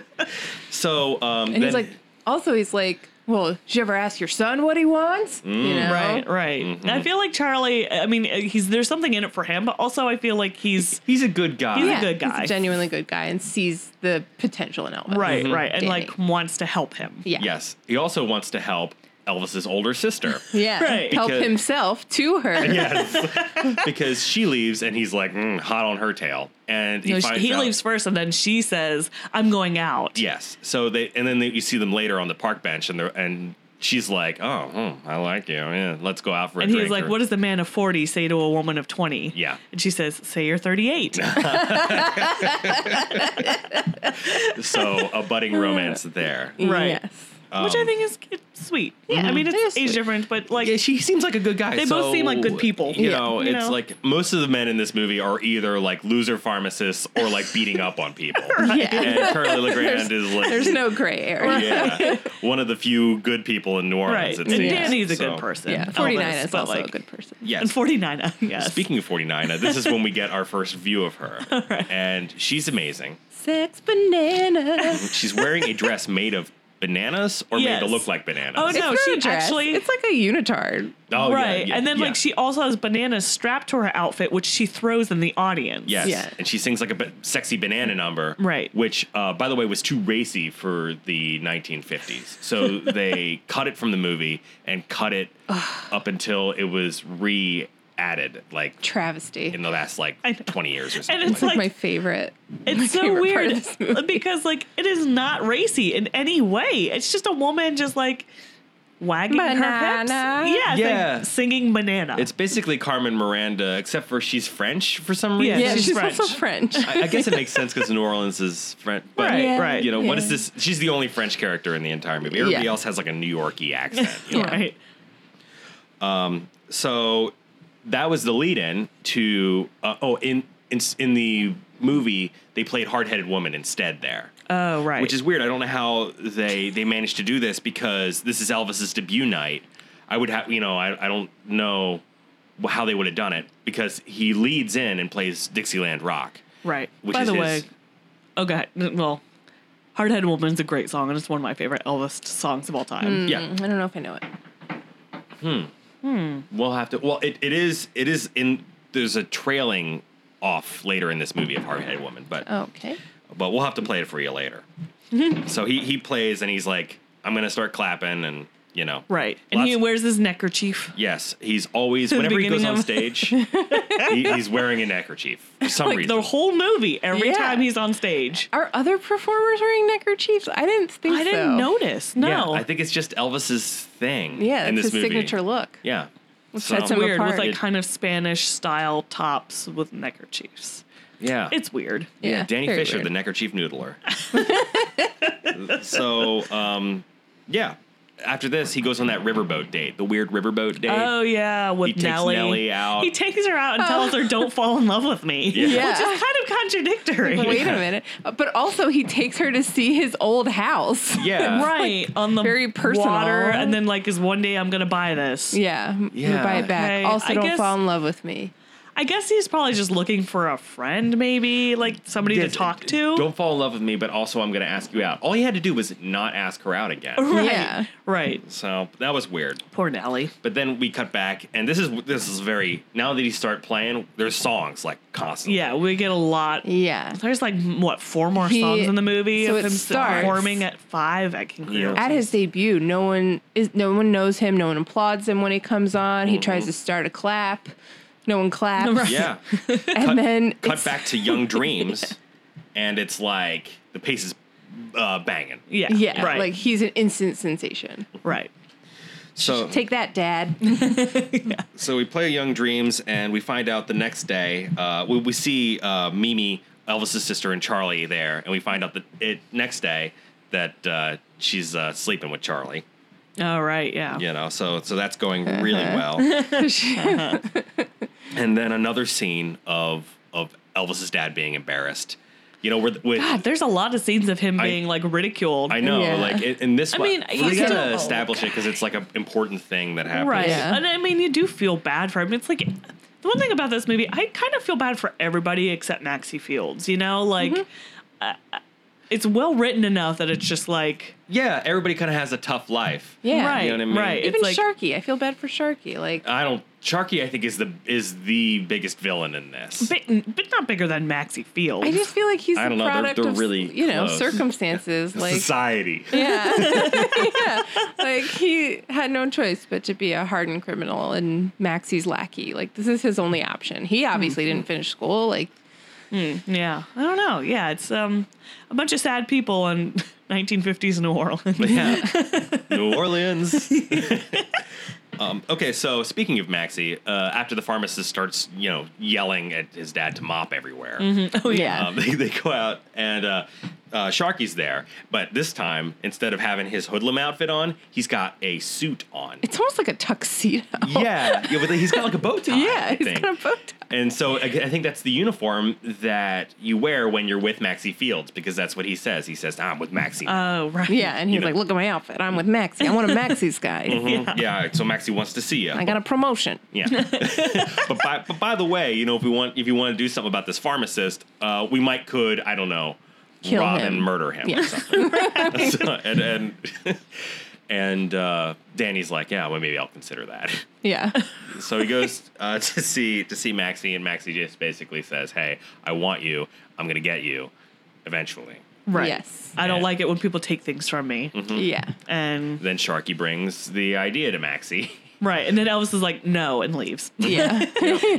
so, um,
And he's
then-
like, also, he's like, well, did you ever ask your son what he wants?
Mm.
you know?
right, right.
Mm-hmm.
I feel like Charlie. I mean, uh, he's there's something in it for him, but also I feel like he's
he's a good guy.
Yeah. good guy.
He's a genuinely good guy and sees the potential in Elvis.
right, right, and
Danny.
like wants to help him.
Yeah.
Mm-hmm. Yes. He also wants to help Elvis's older sister.
Yeah.
Right.
Help
Because-
himself to her.
yes. because she leaves and he's like, mm, hot on her tail. And he,
You know,
finds
he
out-
leaves first, and then she says, "I'm going out."
Yes. So they, and then they, you see them later on the park bench and they're, and she's like, oh, hmm, I like you. Yeah. Let's go out for a
And
drink.
he's like,
or-
"What does the man of forty say to a woman of 20?
Yeah.
and she says, "Say you're 38."
so a budding romance there.
Right.
Yes.
Um,
which I think is it's sweet. Yeah, I mean
It
it's
is
age
sweet.
difference, but like
mm-hmm. yeah, she seems like a good guy.
They both seem like good people.
You
Yeah.
know,
You
it's
know?
like most of the men in this movie are either like loser pharmacists or like beating up on people.
Uh,
Yeah.
And Charlie Legrand is like,
There's no gray area.
yeah, one of the few good people in New
right.
Orleans.
And
It seems.
Danny's a
So-
good person.
Yeah. 49
Elvis,
is
but,
also
like,
a good person.
Yes.
And 49, uh, yes.
Speaking of 49, uh, this is when we get our first view of her. And she's amazing.
Sex banana.
She's wearing a dress made of bananas or made to
Yes.
look like bananas.
Oh, no.
It's not
she
a dress.
actually-
It's like a unitard.
Oh, yeah,
right.
yeah,
and then,
yeah.
like, she also has bananas strapped to her outfit, which she throws in the audience.
Yes.
Yeah.
And she sings like a b- sexy banana number.
Right.
Which, uh, by the way, was too racy for the 1950s. So they cut it from the movie and cut it up until it was re added, like
Travesty.
in the last like
I know.
20 years or something.
And it's
like
like,
It's my favorite. my
it's so
favorite part
weird
of this movie.
because, like, it is not racy in any way. It's just a woman just, like, wagging her hips.
Banana.
Yeah. it's, like,
Yeah.
singing banana.
it's basically Carmen Miranda, except for she's French for some
Yeah,
reason.
yeah,
she's
she's,
French. Uh,
also French.
I, I guess it makes sense because New Orleans is French. But,
Right,
Yeah.
right.
You know, what
Yeah.
is this? She's the only French character in the entire movie. Everybody
Yeah.
else has like a New Yorkie accent. you know?
Yeah.
Right.
so that was the lead in to uh, oh in, in in the movie they played hard-headed woman instead there
Oh, right.
which is weird i don't know how they they managed to do this because this is elvis's debut night i would have you know I, I don't know how they would have done it because he leads in and plays dixieland rock
Right.
which
By
is
the
his-
way, oh god, well, Hardhead Woman's a great song, and it's one of my favorite Elvis songs of all
Hmm.
time.
yeah
Mm, I don't know if I know it.
we'll have to well it, it is it is in there's a
Oh.
trailing off later in this movie of hard-headed woman but
Okay.
but we'll have to play it for you later So he he plays and he's like, I'm gonna start clapping and you know.
Right. And he
Lots-
wears his neckerchief.
Yes, he's always
the
whenever he goes
beginning
on
of-
stage, he, he's wearing a neckerchief for some
Like
reason.
the whole movie, every
Yeah.
time he's on stage.
Are other performers wearing neckerchiefs? I didn't think
I didn't
so.
notice. No.
yeah, I think it's just Elvis's thing.
Yeah,
in
it's
this
his
movie.
signature look.
Yeah. So,
sets him-
weird with
apart.
like kind of Spanish style tops with neckerchiefs.
yeah.
It's weird.
Yeah,
Yeah,
Danny
very
Fisher,
weird.
the neckerchief noodler. so, um, yeah. After this, he goes on that riverboat date, the weird riverboat date.
Oh yeah, with
He takes
Nelly.
Nelly out.
He takes her out and tells her don't fall in love with me.
Yeah.
Which is kind of contradictory.
Wait a minute. Uh, But also, he takes her to see his old house.
yeah.
right. on the
very personal.
water and then like is one day I'm gonna buy this.
Yeah, m- you
Yeah.
buy it back.
Okay,
also,
I
don't
guess-
fall in love with me.
I guess he's probably just looking for a friend, maybe, like somebody
Yes,
to talk to.
Don't fall in love with me, but also I'm going to ask you out. All he had to do was not ask her out again.
right.
Yeah.
Right.
So that was weird.
Poor Nelly.
But then we cut back, and this is this is very. Now that he start playing, there's songs like constantly.
Yeah, we get a lot.
Yeah.
There's like what four more
He-
songs in the movie
so
of
it
him
starts-
performing at five at King
Yeah.
Creole.
At his debut, no one is no one knows him. No one applauds him when he comes on. He tries to start a clap. No one claps.
Yeah.
And then
cut
it's-
back to Young Dreams, and it's like the pace is uh, banging.
Yeah,
Yeah,
right,
like he's an instant sensation.
right.
So
Take that, Dad.
so we play Young Dreams, and we find out the next day. Uh, we, we see uh, Mimi, Elvis's sister, and Charlie there, and we find out that it next day that uh, she's uh, sleeping with Charlie.
Oh, right, yeah.
You know, so so that's going really
Uh-huh.
well. And then another scene of of Elvis's dad being embarrassed. You know, where the- with
God, there's a lot of scenes of him
I-
being like ridiculed.
I know,
Yeah.
like in, in this.
I
one-
mean,
we
he's
gotta
still-
establish it because it's like an important thing that happens.
right?
Yeah.
And I mean, you do feel bad for him. It's like the one thing about this movie, I kind of feel bad for everybody except Maxie Fields. You know, like uh, uh, it's well written enough that it's just like
Yeah, everybody kind of has a tough life.
Yeah.
right,
You know what I mean?
right.
Even
it's like
Sharky, I feel bad for Sharky. Like
I don't. Sharky, I think is the is the biggest villain in this.
bi- but not bigger than Maxie Fields.
I just feel like he's
I
the
don't know, they're-
product
they're
of
really
you know
close.
circumstances. like
Society.
yeah, yeah, like he had no choice but to be a hardened criminal, and Maxie's lackey. Like this is his only option. He obviously didn't finish school. Like
yeah, I don't know. Yeah, it's um a bunch of sad people in 1950s New Orleans.
Yeah. New Orleans. um, okay, so speaking of Maxie, uh, after the pharmacist starts, you know, yelling at his dad to mop everywhere,
oh yeah,
um, they, they go out and uh, uh, Sharky's there, but this time instead of having his hoodlum outfit on, he's got a suit on.
it's almost like a tuxedo.
yeah, yeah, but he's got like a bow tie.
yeah,
I
he's
think.
got a bow tie.
And so I I think that's the uniform that you wear when you're with Maxie Fields because that's what he says. He says, "I'm with Maxie."
Uh,
now."
Oh right.
Yeah, and
You
he's
know.
like, "Look at my outfit. I'm with Maxie. I want a Maxie's guy.
Mhm. yeah. So Maxie wants to see you.
I got a promotion."
yeah. but by but by the way, you know, if we want if you want to do something about this pharmacist, uh, we might could I don't know,
Kill
rob
him.
and murder him
Yeah.
or something. So- and and and uh, Danny's like, yeah, well maybe I'll consider that.
Yeah,
So he goes uh, to see to see Maxie, and Maxie just basically says, "Hey, I want you. I'm gonna get you, eventually."
Right.
Yes.
I don't
Yeah. Mm-hmm.
like it when people take things from me.
yeah.
And
Then Sharky brings the idea to Maxie.
right. And then Elvis is like, no, and leaves.
Yeah.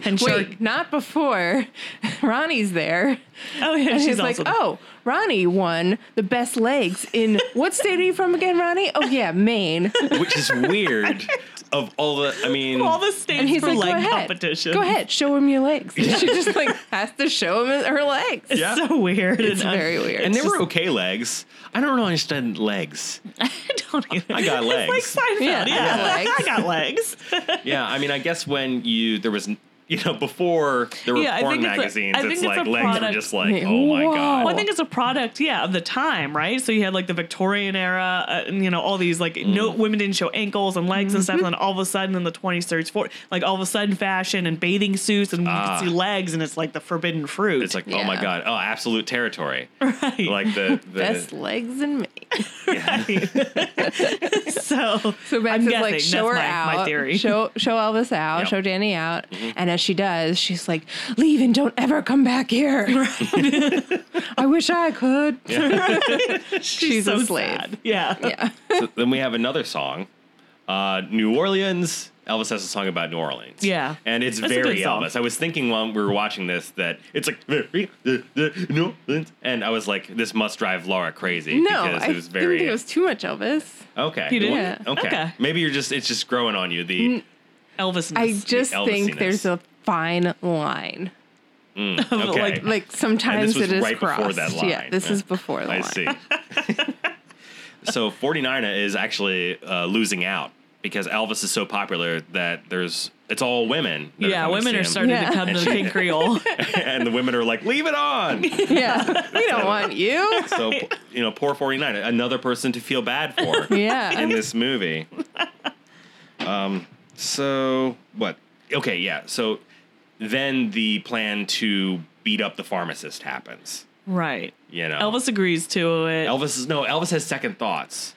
And Shark,
Wait, not before Ronnie's there.
oh yeah,
And
she's
he's like,
also
oh, Ronnie won the best legs in what state are you from again, Ronnie? Oh, yeah, Maine.
which is weird. of all the, I mean,
all the states
And he's
for
like,
leg
go ahead.
competition.
Go ahead, show him your legs. And she just like has to show him her legs.
It's
Yeah.
so weird.
It's
and,
very
I,
weird.
and they were okay legs. I don't understand legs.
I don't even.
I got legs.
It's like
Yeah,
Seinfeld. Yeah,
I got legs.
I got legs.
yeah, I mean, I guess when you there was. You know, before there were
Yeah, I
porn
think it's a-
magazines,
I think
it's,
it's
like
a
legs were
product-
just like,
Yeah.
oh my
Whoa.
god.
Well, I think it's a product, yeah, of the time, right? So you had like the Victorian era, uh, and you know, all these like
Mm.
no women didn't show ankles and legs and stuff.
Mm-hmm.
And then all of a sudden, in the 20s, 30s, 40s, like all of a sudden, fashion and bathing suits, and
Ah.
you can see legs, and it's like the forbidden fruit.
It's like, oh
Yeah.
my god, oh absolute territory,
Right.
like the, the
Best legs in Maine.
so
So Max
I'm
is
guessing
like, show her
that's my,
out,
My theory.
show show Elvis out,
Yep.
show Danny out, and as she does, she's like, "Leave and don't ever come back here." I wish I could. She's a slave.
sad. Yeah.
Yeah.
so then we have another song, uh, New Orleans. Elvis has a song about New Orleans.
Yeah.
and it's
That's a
very
good song.
Elvis. I was thinking while we were watching this that it's like very the, the New Orleans, and I was like, this must drive Laura crazy
No,
because
I
it was
didn't
very
think it was too much Elvis.
okay.
You didn't?
Well,
Yeah.
Okay.
Okay.
maybe you're just it's just growing on you. The
Elvis.
I just
Elvisiness.
think there's a fine line.
okay,
like-
Like sometimes
was
it is
right before
crossed.
that
Yeah,
line.
this
Yeah.
is before the
I
oh
line.
see. so 49 is actually uh, losing out because Elvis is so popular that there's it's all women. that
yeah,
coming to
women
see
are
him.
starting
Yeah.
to come to the King Creole.
and the women are like, leave it on.
Yeah, we don't want you.
So you know, poor 49, another person to feel bad for in
Yeah,
this movie. Um, so what? Okay, yeah. So then the plan to beat up the pharmacist happens.
right.
You know,
Elvis agrees to it.
Elvis is no. Elvis has second thoughts.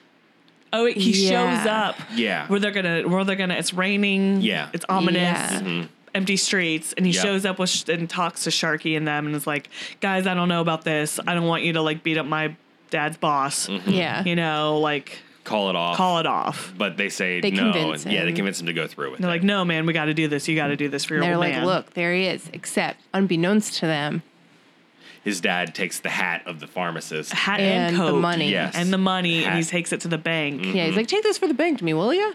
oh, he shows
Yeah.
up.
Yeah.
Where they're gonna, where they're gonna. It's raining.
Yeah. Mm-hmm.
It's ominous.
Yeah.
Empty streets, and he
Yep.
shows up with sh- and talks to Sharky and them, and is like, "Guys, I don't know about this. I don't want you to like beat up my dad's boss.
Mm-hmm.
yeah.
You know, like
Call it off.
call it off."
but they say
They
no.
convince
and- Yeah, they
him.
convince him to go through with
They're
it.
like, "No, man, we got to do this. You got to do this for your
And they're
old
like,
man."
"Look, there he is." Except, unbeknownst to them,
His dad takes the hat of the pharmacist.
hat and,
and
coat
the money.
Yes.
and the money,
Hat. Mm-hmm.
and he takes it to the bank.
Yeah, he's like, take this for the bank to me, will you?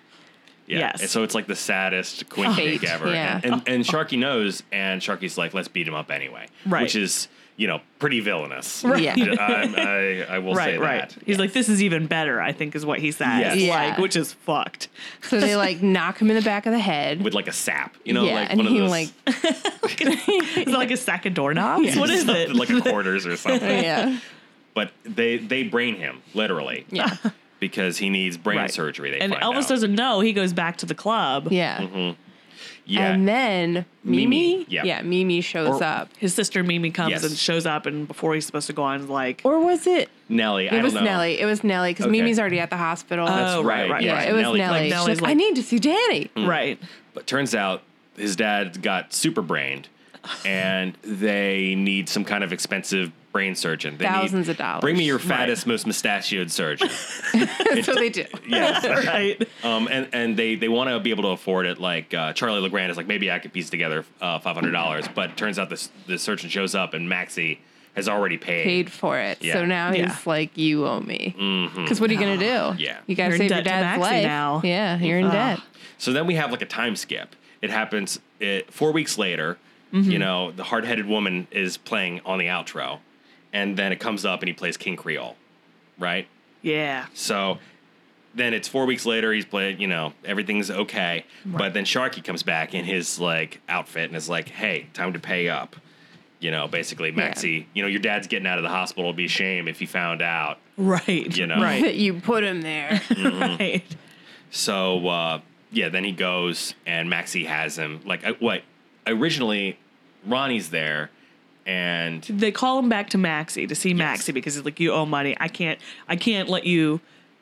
Yeah.
Yes.
And so it's like the saddest coincidence
Fate,
ever.
yeah.
And, and and Sharky knows, and Sharky's like, let's beat him up anyway.
Right.
Which is, you know, pretty villainous.
Right. Yeah.
I, I, I will say
Right,
that.
right. He's like, "This is even better," I think is what he says.
Yes.
Yeah.
Like, which is fucked.
So they like knock him in the back of the head.
With like a sap, you know,
yeah,
like
and
one
he
of those,
like
Is it like a sack of doorknobs? What is
something
it?
like a quarters or something.
yeah,
But they they brain him literally
yeah,
because he needs brain
Right.
surgery. They
and
find
Elvis
out.
doesn't know. He goes back to the club.
yeah.
Mm-hmm. yeah.
And then
Mimi,
Mimi,
yeah.
yeah, Mimi shows
Or-
up.
His sister Mimi comes
Yes.
and shows up, and before he's supposed to go on, is like,
Or was it?
Nelly, I
It
don't
was
know.
Nellie. It was Nellie because
Okay.
Mimi's already at the hospital.
That's
That's
Oh,
right,
right, right,
yeah.
yeah,
right.
it was
Nelly-
Nellie.
Like,
She's
Nellie's
like,
like-
I need to see Danny.
right,
But turns out his dad got super brained, and they need some kind of expensive brain surgeon. They need-
Thousands of dollars.
Bring me your fattest, most mustachioed surgeon.
That's what they do.
yes.
right.
Um, and, and they, they want to be able to afford it. Like uh, Charlie Legrand is like, maybe I could piece together uh, five hundred dollars. But turns out this the surgeon shows up, and Maxie has already paid.
Paid for it.
Yeah. Mm-hmm.
So now he's
Yeah.
like, you owe me. Because what are you gonna do?
Yeah.
you gotta
You're
save your
in debt to
dad's
Maxie
life.
now.
Yeah, you're in debt.
So then we have like a time skip. It happens it, four weeks later. You know, the hard headed woman is playing on the outro, and then it comes up and he plays King Creole, right?
Yeah,
So then it's four weeks later. He's playing, you know, everything's okay. But then Sharky comes back in his like outfit and is like, "Hey, time to pay up." You know, basically, Maxie. You know, your dad's getting out of the hospital. It'd be a shame if he found out.
right.
You know.
right,
That you put him there.
right.
So uh, yeah, then he goes and Maxie has him. Like I, what? Originally, Ronnie's there, and
They call him back to Maxie to see Maxie because he's like, "You owe money. I can't. I can't let you."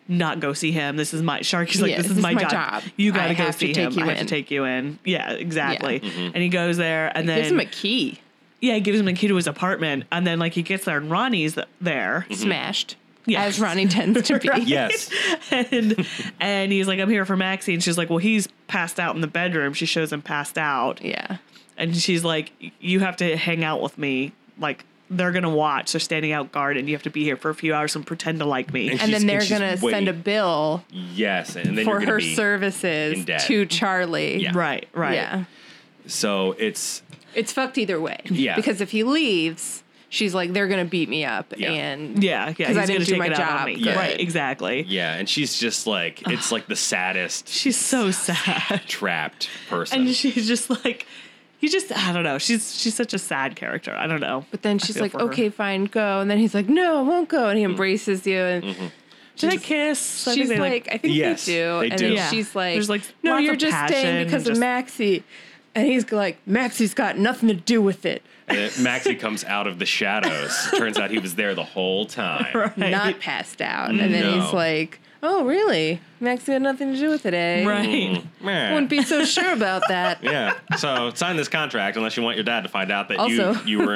Not go see him. This is my Sharky's like
Yeah,
this, is my, job. You gotta
I
go
have to
see
take
him.
you
I have
in." Mm-hmm.
to take you in. Yeah, exactly. And he goes there, and then
Gives him a key.
yeah, he gives him a key to his apartment, and then like he gets there, and Ronnie's th- there,
Mm.
Mm-hmm.
Smashed.
Yeah.
As Ronnie tends to be.
yes,
and and he's like, "I'm here for Maxie," and she's like, "Well, he's passed out in the bedroom." She shows him passed out,
Yeah.
and she's like, "You have to hang out with me." Like they're gonna watch. They're standing out guard, and you have to be here for a few hours and pretend to like me.
And
And
She's-
then they're
she's
going to
way-
send a bill
yes, and then
for
you're gonna
her
be, in
services
debt.
to Charlie.
Yeah.
right, right.
Yeah.
So it's
It's fucked either way.
Yeah.
Because if he leaves, she's like, they're going to beat me up.
Yeah.
And
Yeah, yeah.
'Cause I didn't
he's
do
gonna take
my
it out on
job.
me.
Good.
Right, exactly.
yeah, and she's just like it's like the saddest
She's so sad.
trapped person.
and she's just like you just i don't know she's she's such a sad character i don't know
but then she's
feel
like,
for her. Mm-hmm.
okay, fine, go. And then he's like, no, I won't go. And he embraces you. And
did i kiss I think
she's
they,
like, I think
Yes,
they do.
they
and
do.
then
Yeah.
she's like,
There's, like,
no,
lots
you're
of
just
passion
staying because
and just-
of Maxie. And he's like, Maxie's got nothing to do with it.
Uh, Maxie comes out of the shadows. Turns out he was there the whole time.
Right.
Not passed out. And then
No.
he's like, Oh, really? Maxie had nothing to do with it, eh?
Right.
Meh.
Wouldn't be so sure about that.
yeah. So sign this contract unless you want your dad to find out that
Also-
you you were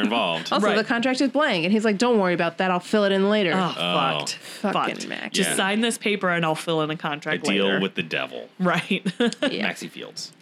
involved.
Also,
Right.
the contract is blank. And he's like, Don't worry about that. I'll fill it in later.
Oh,
Oh.
fucked.
Fucking
fucked.
Mac.
Just
Yeah.
sign this paper and I'll fill in a contract
deal
later.
with the devil,
right.
yeah.
Maxie Fields.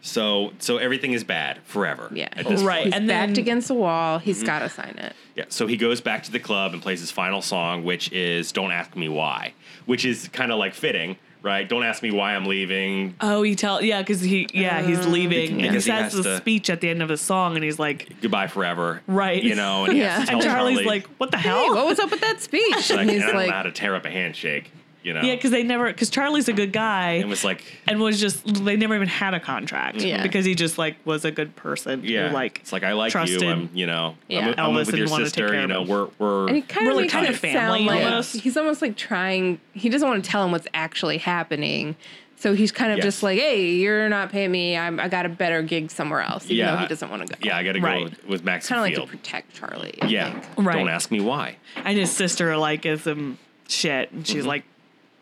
So so everything is bad forever.
Yeah.
At this
Right.
He's
and then- Mm-hmm.
backed against the wall. He's got to sign it.
Yeah, so he goes back to the club and plays his final song, which is "Don't Ask Me Why," which is kind of like fitting, right? Don't ask me why I'm leaving.
oh, he tell yeah, because he yeah he's leaving.
because
Uh, He
he
says
has
the
to-
speech at the end of his song, and he's like,
Goodbye forever.
Right.
You know, and he
Yeah.
has to
And
tell
and Charlie's
Charlie,
like, what the
Hey,
hell?
what was up with that speech?
like,
and he's
I don't know how
like,
to tear up a handshake. You know,
yeah, because they never because Charlie's a good guy
and was like,
and was just they never even had a contract
Yeah.
because he just like was a good person. who,
yeah,
like
it's like I like
trusted.
you. I'm, you know,
Yeah.
I'm, I'm
Elvis
with
and
your
wanted to take
sister.
care
You
of
know,
him.
we're we're
And he kind of
Really
makes
kind
it
of family
sound like
almost.
he's almost like trying. He doesn't want to tell him what's actually happening, so he's kind of
Yes.
just like, "Hey, you're not paying me. I'm, I got a better gig somewhere else." Even
yeah.
though he doesn't want to go.
Yeah, I got to
Right.
go with, with Max
kind of like to
Field.
protect Charlie. I
yeah,
think.
Right.
Don't ask me why.
and his sister like gives him shit, and
Mm-hmm.
she's like,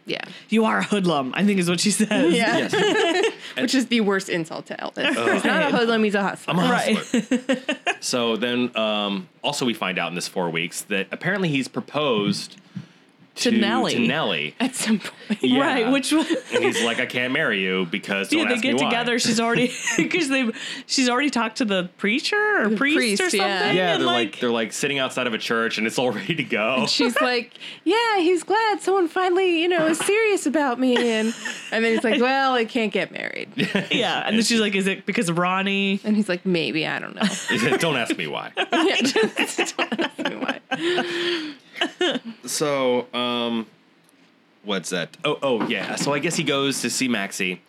yeah,
"You are a hoodlum," I think is what she says.
yeah.
Yes.
Which is the worst insult to Elvis. he's not a hoodlum. He's a hustler.
I'm a
Right.
hustler. so then, um, also we find out in this four weeks that apparently he's proposed to,
Nellie.
To Nelly.
At some point,
Yeah.
Right, which was
and he's like, I can't marry you because don't
yeah, they
ask
get
me why."
together. She's already because they she's already talked to the preacher or priest,
priest,
or something.
yeah.
Yeah,
and,
they're like, they're like sitting outside of a church and it's all ready to go.
she's like, "Yeah, he's glad someone finally, you know, is serious about me." And and then he's like, "Well, I can't get married."
yeah. And then she's like, "Is it because of Ronnie?"
And he's like, "Maybe I don't know."
He said, don't ask me why.
Yeah, don't ask me why.
So, um, what's that? Oh, oh yeah. So I guess he goes to see Maxie.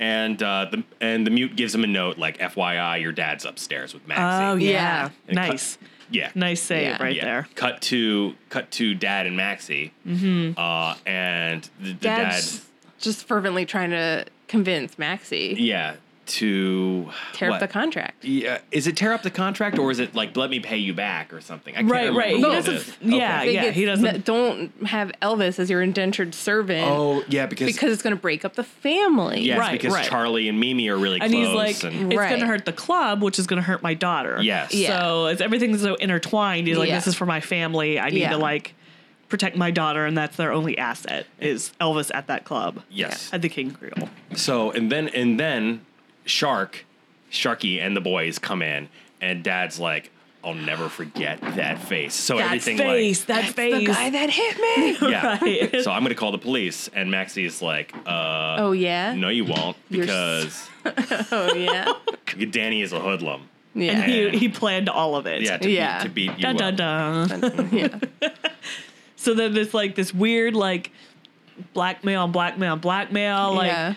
And uh, the and the mute gives him a note like FYI, your dad's upstairs with Maxie.
Oh yeah,
Yeah.
And cut-
nice,
yeah,
nice save
Yeah.
right
Yeah.
there.
Cut to cut to Dad and Maxie,
Mm-hmm.
uh, and the, the dad,
Dad's just fervently trying to convince Maxie
yeah, to
tear
what?
up the contract.
Yeah, is it tear up the contract or is it like let me pay you back or something? I can't
Right,
remember
right.
what
He doesn't-
it is.
yeah,
Okay.
Like, it's
he doesn't-
n- Don't have Elvis as your indentured servant
Oh yeah, because
because it's going to break up the family.
yes,
Right,
because
right.
Charlie and Mimi are really
And
close.
he's like,
and,
"It's
Right.
gonna hurt the club, which is gonna hurt my daughter."
Yes.
Yeah.
So it's everything's so intertwined. He's like,
Yeah.
"This is for my family. I need
Yeah.
to like protect my daughter, and that's their only asset is Elvis at that club."
yes.
At the King Creole.
So and then and then Shark, Sharky and the boys come in and Dad's like, I'll never forget that face. So
That
everything like
face. that face.
The guy that hit me.
Yeah.
Right.
So I'm going to call the police. And Maxie's like, uh,
oh yeah.
no, you won't
You're
because
Oh yeah.
Danny is a hoodlum.
and
Yeah.
he, he planned all of it.
Yeah. To,
Yeah.
Beat, to beat you.
Dun, dun,
up.
dun.
yeah.
So then there's like this weird like blackmail, blackmail, blackmail. Like
yeah.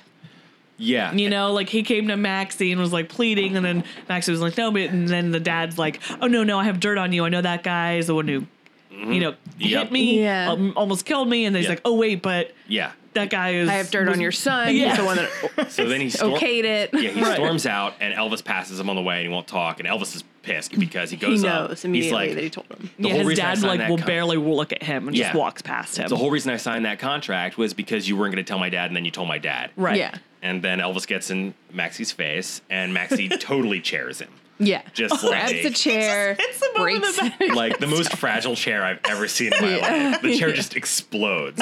Yeah.
you know, like he came to Maxie and was like pleading, and then Maxie was like, no, but and then the dad's like, oh no, no, I have dirt on you. I know that guy is the one who, you know,
Mm-hmm. Yep.
hit me,
Yeah.
um, almost killed me, and then he's
Yeah.
like, oh wait, but
Yeah.
that guy is
I have dirt on your son.
Yeah.
He's the one that
So then he storm-
okayed it.
Yeah, he
Right.
storms out, and Elvis passes him on the way, and he won't talk. And Elvis is pissed because he
He
goes up.
knows
he's
immediately
like,
that he told him.
the
yeah,
whole
his
reason I
dad
signed
like
that
will
con-
barely look at him and just
Yeah.
walks past him.
The whole reason I signed that contract was because you weren't going to tell my dad, and then you told my dad.
right.
Yeah.
And then Elvis gets in Maxie's face, and Maxie totally chairs him.
Yeah.
Just
grabs
like-
the chair.
hits him over the
breaks
back.
it.
like the most fragile chair I've ever seen in my
Yeah.
life. The chair just explodes.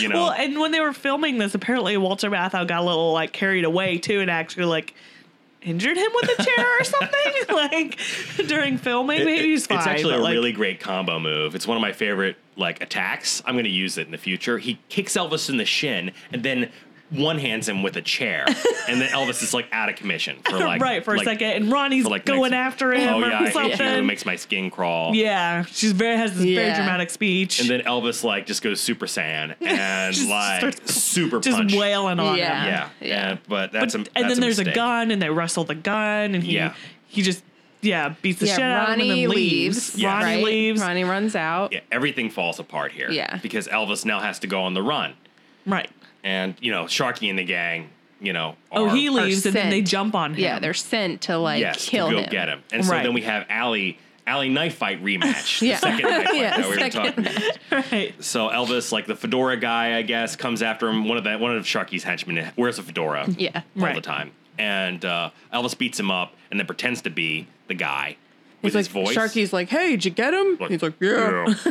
You know,
Well, and when they were filming this, apparently Walter Matthau got a little like carried away too, and actually like injured him with a chair or something. like during filming,
It-
maybe
it-
he's fine.
It's actually
but,
a
like,
really great combo move. It's one of my favorite like attacks. I'm going to use it in the future. He kicks Elvis in the shin and then one hands him with a chair, and then Elvis is like out of commission for like
right for
like-
a second, and Ronnie's
for, like,
going
next-
after him
Oh
or
yeah, I hate you. It
something.
makes my skin crawl.
yeah, she's very has this very
Yeah.
dramatic speech.
And then Elvis like just goes Super Saiyan and
Just
like
starts
super
just
punch.
wailing on
Yeah.
him.
Yeah,
Yeah.
yeah. But that's
But,
a
and
that's
then there's a
mistake.
gun, and they wrestle the gun, and he
Yeah.
he just yeah beats the
yeah,
shit out of him and
Ronnie
then
leaves.
leaves. Ronnie
right?
leaves.
Ronnie runs out.
Yeah, everything falls apart here.
Yeah.
because Elvis now has to go on the run.
Right.
and you know Sharky and the gang you know.
oh,
are-
he leaves and then they
sent.
jump on him.
Yeah, they're sent to like
yes,
kill
to go
him.
get him. And so
Right.
then we have Allie Allie knife fight rematch.
Yeah.
The second knife fight
Yeah,
that we were
second
talking.
right.
So Elvis, like the fedora guy, I guess, comes after him. One of the one of Sharky's henchmen wears a fedora
Yeah.
all
Right.
the time, and uh, Elvis beats him up and then pretends to be the guy
He's
with
like
his voice.
Sharky's like, "Hey, did you get him?"
Like,
He's like, "Yeah."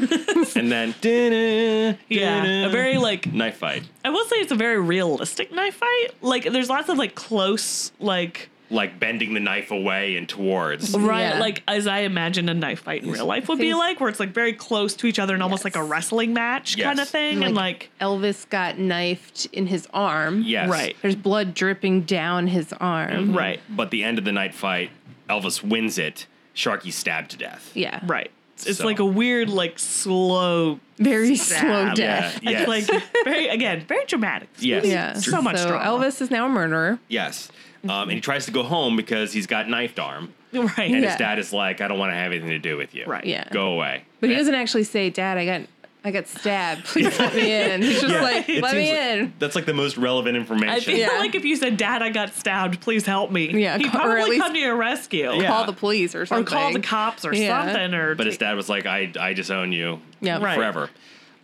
and then dinner,
Yeah, a very like
knife fight,
I will say it's a very realistic knife fight. Like there's lots of like close like
like bending the knife away and towards.
right
Yeah.
like as I imagine a knife fight in real life would be
Think-
like, where it's like very close to each other and almost like a
Yes.
wrestling match kind of
Yes.
thing. and like
Elvis got knifed in his arm.
Yes,
Right.
There's blood dripping down his
Mm-hmm.
arm.
right,
But the end of the night fight, Elvis wins it. Sharky's stabbed to death.
Yeah.
right. It's
So-
like a weird like slow
Very slow
Stab.
death.
Yeah. Yes.
like very again very dramatic.
Yes.
Yeah.
So much drama.
Elvis is now a murderer.
Yes. Um, and he tries to go home because he's got knifed arm.
right.
And
Yeah.
his dad is like, I don't want to have anything to do with you.
Right.
Yeah.
Go away.
But he
And-
doesn't actually say, "Dad, I got I got stabbed. Please let me in." He's just
Yeah.
like,
It
"Let
seems
me
like-
in."
That's like the most relevant
I
information.
think
Yeah.
like if you said, "Dad, I got stabbed. Please help me."
Yeah,
he'd
or at
probably
least-
come to your rescue
Yeah.
Call the police or
or
something.
call the cops or
Yeah.
something. Or
But his dad was like, I, I disown you
Yeah.
Right.
forever.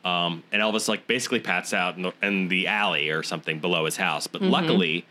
Um, and Elvis like basically pats out in the, in the alley or something below his house. But
Mm-hmm.
luckily,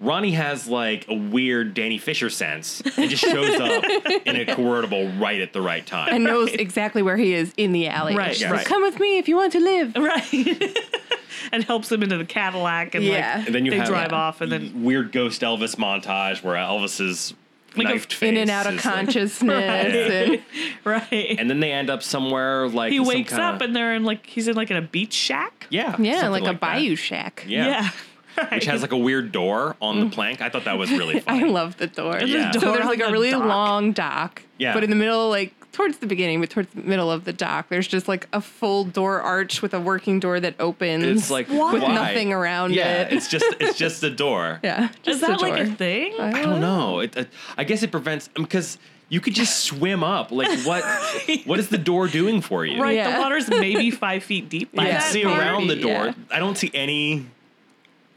Ronnie has like a weird Danny Fisher sense and just shows up in a convertible right at the right time.
And knows exactly where he is in the alley.
Right,
She's
yes.
like,
right.
Come with me if you want to live.
right and helps him into the Cadillac and
Yeah.
like
And then you
they
have
drive
a
off and then
weird ghost Elvis montage where Elvis's
Like a
knifed face
In and out of
is, like-
consciousness. and-
right
and then they end up somewhere like
he
some
wakes
kinda-
up and they're in like he's in like in a beach shack
yeah
yeah,
something
like, a
that.
bayou shack.
yeah.
Right.
which has like a weird door on
Mm.
the plank. I thought that was really
I
funny.
love the door.
Yeah.
So
Door
there's like
on
a
the
really
dock.
long dock.
Yeah.
But in the middle, like towards the beginning, but towards the middle of the dock, there's just like a full door arch with a working door that opens.
it's like
with
why?
nothing around
yeah,
it.
it's just it's just a door.
yeah.
is
Just
that
a
like
door. Oh,
a thing
I
I don't know. It, it, I guess it prevents because you could just swim up. Like what? what is the door doing for you?
right
Yeah.
the water's maybe five feet deep by
I
Yeah.
can
that
see
point.
around the door.
yeah.
I don't see any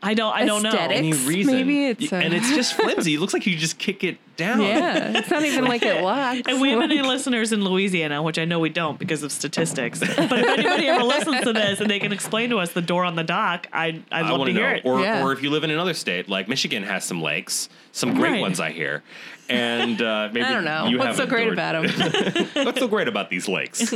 I don't I don't
Aesthetic.
any
X,
reason.
maybe it's
and
a-
it's just flimsy. It looks like you just kick it down.
Yeah, it's not even like it locks.
know and we have
Like-
any listeners in Louisiana which I know we don't because of statistics but if anybody ever listens to this and they can explain to us the door on the dock I I'd
I
love
want
to
to
hear
know.
it
Or,
Yeah.
or if you live in another state, like Michigan has some lakes, some great
Right.
ones I hear. And uh, maybe
I don't know.
you
What's
have
so
a
great
door-
about him?
What's so great about these lakes?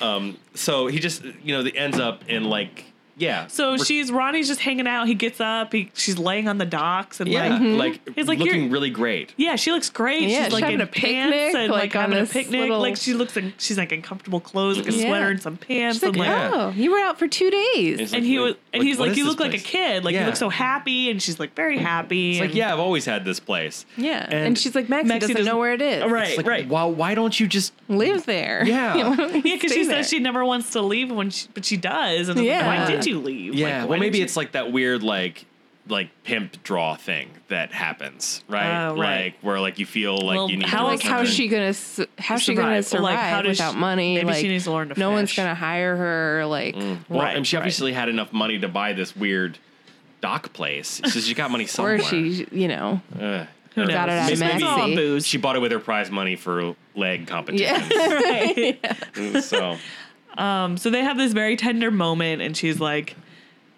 um, so he just, you know, the ends up in like, yeah.
so
we're-
she's Ronnie's just hanging out he gets up he she's laying on the docks and
yeah,
like
Mm-hmm.
like,
He's like,
looking
"You're-
really great.
Yeah, she looks great.
Yeah,
she's
she's
like
having
in
a
pants
picnic,
and like,
like, on
having a
this
picnic.
little-
Like she looks in she's like in comfortable clothes, like a
Yeah.
sweater and some pants
She's like,
and like
Yeah.
oh, you were out for two days.
It's
and he
like,
was and
like,
he's
what
like,
is
You
this
look like a
place?"
kid. Like
Yeah.
you look so happy and she's like very happy.
It's like, yeah, I've always had this place.
Yeah, and, she's like, Maxie,
Maxie
doesn't,
doesn't-
know where it is.
Right.
It's like, Why, why don't you just
live there.
Yeah.
You know,
Yeah, because
stay
she
there.
says she never wants to leave when she but she does. And it's
Yeah.
like, why did you leave? Like,
Yeah.
why
well,
did
maybe
you-
it's like that weird like like pimp draw thing that happens, right?
Oh, right.
Like where like you feel like
Well,
you need
how-
to
like how is she gonna su- how's she gonna
Survive.
survive
Like, how does
without
she-
money?
maybe she
Like,
needs to learn to
No one's
fish.
gonna hire her. Like
Well,
Right,
and she
right.
obviously had enough money to buy this weird dock place. She says she got money somewhere.
or she, you know,
Ugh.
Who
Or
knows?
got it out of
It's all
Maxie.
"Oh, booze.
She bought it with her prize money for leg competitions.
Right.
so
Um, so they have this very tender moment and she's like,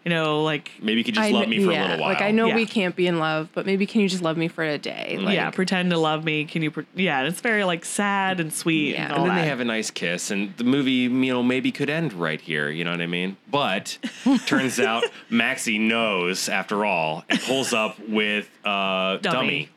you know, like
maybe you could just
I
love
kn-
me for
yeah,
a little while. Mm.
Like I know
Yeah.
we can't be in love, but maybe can you just love me for a day? Like,
yeah, pretend to love me. Can you? Pre- yeah, and it's very like sad and sweet
Yeah.
and
And
all
And then
that.
they have a nice kiss, and the movie, you know, maybe could end right here. You know what I mean? But turns out Maxie knows after all and pulls up with uh, Dummy.
Dummy.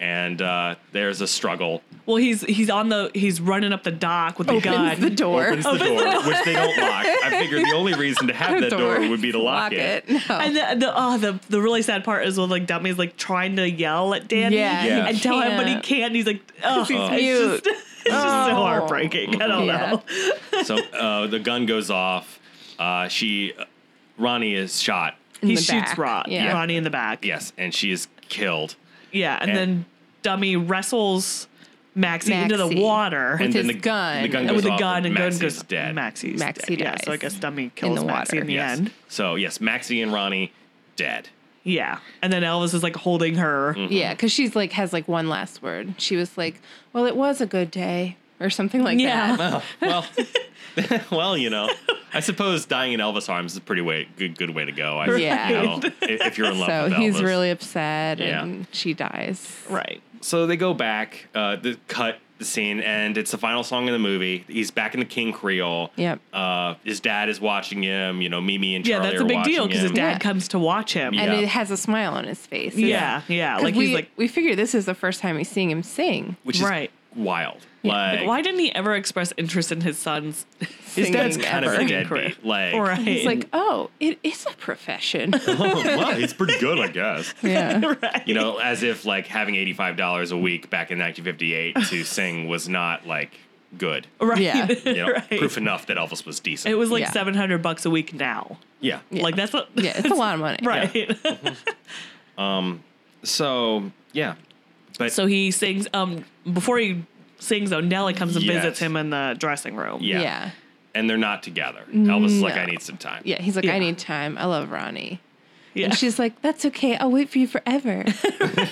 And uh, there's a struggle.
well, he's he's on the he's running up the dock with the
opens
gun.
the door.
Opens the door, which they don't lock. I figured the only reason to have that door, would be to lock, it.
No.
and the, the oh the the really sad part is when like Dummy's like trying to yell at Danny
Yeah,
Yeah.
and tell him but he
can't.
can't and he's like oh
he's
it's
mute.
just, it's just so
Oh.
heartbreaking I don't
Yeah.
know
So uh, the gun goes off. Uh, she, Ronnie is shot.
In
he
the
shoots
back.
Ron,
Yeah.
Ronnie in the back
Yes, and she is killed.
yeah and
And-
then Dummy wrestles Maxie, into the
Maxie.
water
With
and then
his
the
gun.
The gun
And
goes
with a
off
gun and
Maxie's
gun goes
dead.
Maxie's
Maxie
dead. Yeah, so I
dies
guess Dummy kills
the
Maxie in
water.
the
Yes.
end.
So yes, Maxie and Ronnie dead.
Yeah, and then Elvis is like holding her.
Mm-hmm.
Yeah, because she's like has like one last word. She was like, "Well, it was a good day," or something like
Yeah.
that.
Oh, well, well, you know, I suppose dying in Elvis arms is a pretty way good good way to go. I,
Yeah.
you know, i- if you're in love
So
with Elvis.
he's really upset,
Yeah.
and she dies.
Right.
So they go back, uh, the cut the scene, and it's the final song in the movie. He's back in the King Creole.
Yep.
Uh, his dad is watching him. You know, Mimi and
Yeah,
Charlie
that's a
are
big deal
watching
because his
him.
dad
Yeah.
comes to watch him.
Yeah.
And it has a smile on his face. It's-
Yeah, yeah.
'cause
Like
we,
he's like,
we figure this is the first time he's seeing him sing.
which
Right.
is wild.
like,
Like,
why didn't he ever express interest in his son's?
his
singing
dad's kind of
ever.
a
career?
deadbeat. Like,
right.
He's like, oh, it is a profession.
oh, wow, he's pretty good, I guess.
yeah.
right.
You know, as if like having eighty-five dollars a week back in 1958 to sing was not like good.
right.
Yeah.
You know,
right.
proof enough that Elvis was decent.
It was like
Yeah.
seven hundred bucks a week now.
yeah.
Like that's what.
Yeah, it's a lot of money.
right.
So yeah, but
so he sings. Um, before he sings, though, Nelly comes and
Yes.
visits him in the dressing room.
Yeah.
Yeah. Yeah.
and they're not together. Elvis is like,
No.
I need some time.
He's like,
Yeah.
I need time. I love Ronnie.
yeah.
And she's like, that's okay. I'll wait for you forever.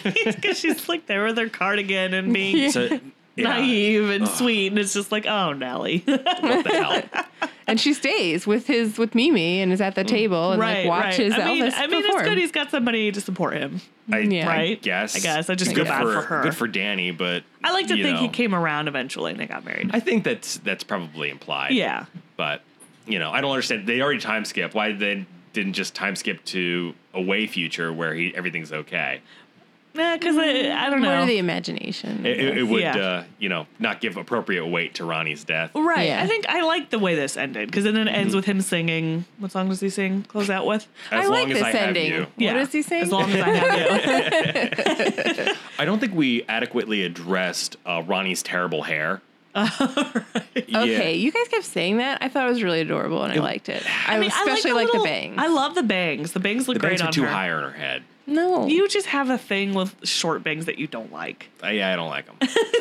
because she's like there with her cardigan and being
So, yeah,
naive and sweet, and it's just like, oh, Nelly.
What the hell?
and she stays with his with Mimi and is at the table and like watches
Mm. I mean,
Elvis
I mean,
perform.
it's good he's got somebody to support him,
I,
Yeah.
I
right?
guess.
I guess I just
good
feel bad for, her.
Good for Danny, but
I like to
you
think he
know,
came around eventually and they got married.
I think that's that's probably implied.
yeah,
but you know, I don't understand. They already time skip. Why they didn't just time skip to away future where he everything's okay?
because I, I don't
More
know.
to the imagination.
It, it- it would,
Yeah.
uh, you know, not give appropriate weight to Ronnie's death.
Right.
Yeah.
I think I like the way this ended because then it ends with him singing. What song does he sing? Close out with?
As
I
long
like
as
this
Mm-hmm. I have
ending.
you.
Yeah.
What is he saying?
As long as I have you.
I don't think we adequately addressed uh, Ronnie's terrible hair. Yeah.
okay, you guys kept saying that. I thought it was really adorable and I liked it. I,
mean, I
especially like,
little-
the bangs.
I love the bangs. The bangs look
The
great
bangs
on
are too
her.
high on her head.
no.
You just have a thing with short bangs that you don't like.
I, yeah, I don't like them.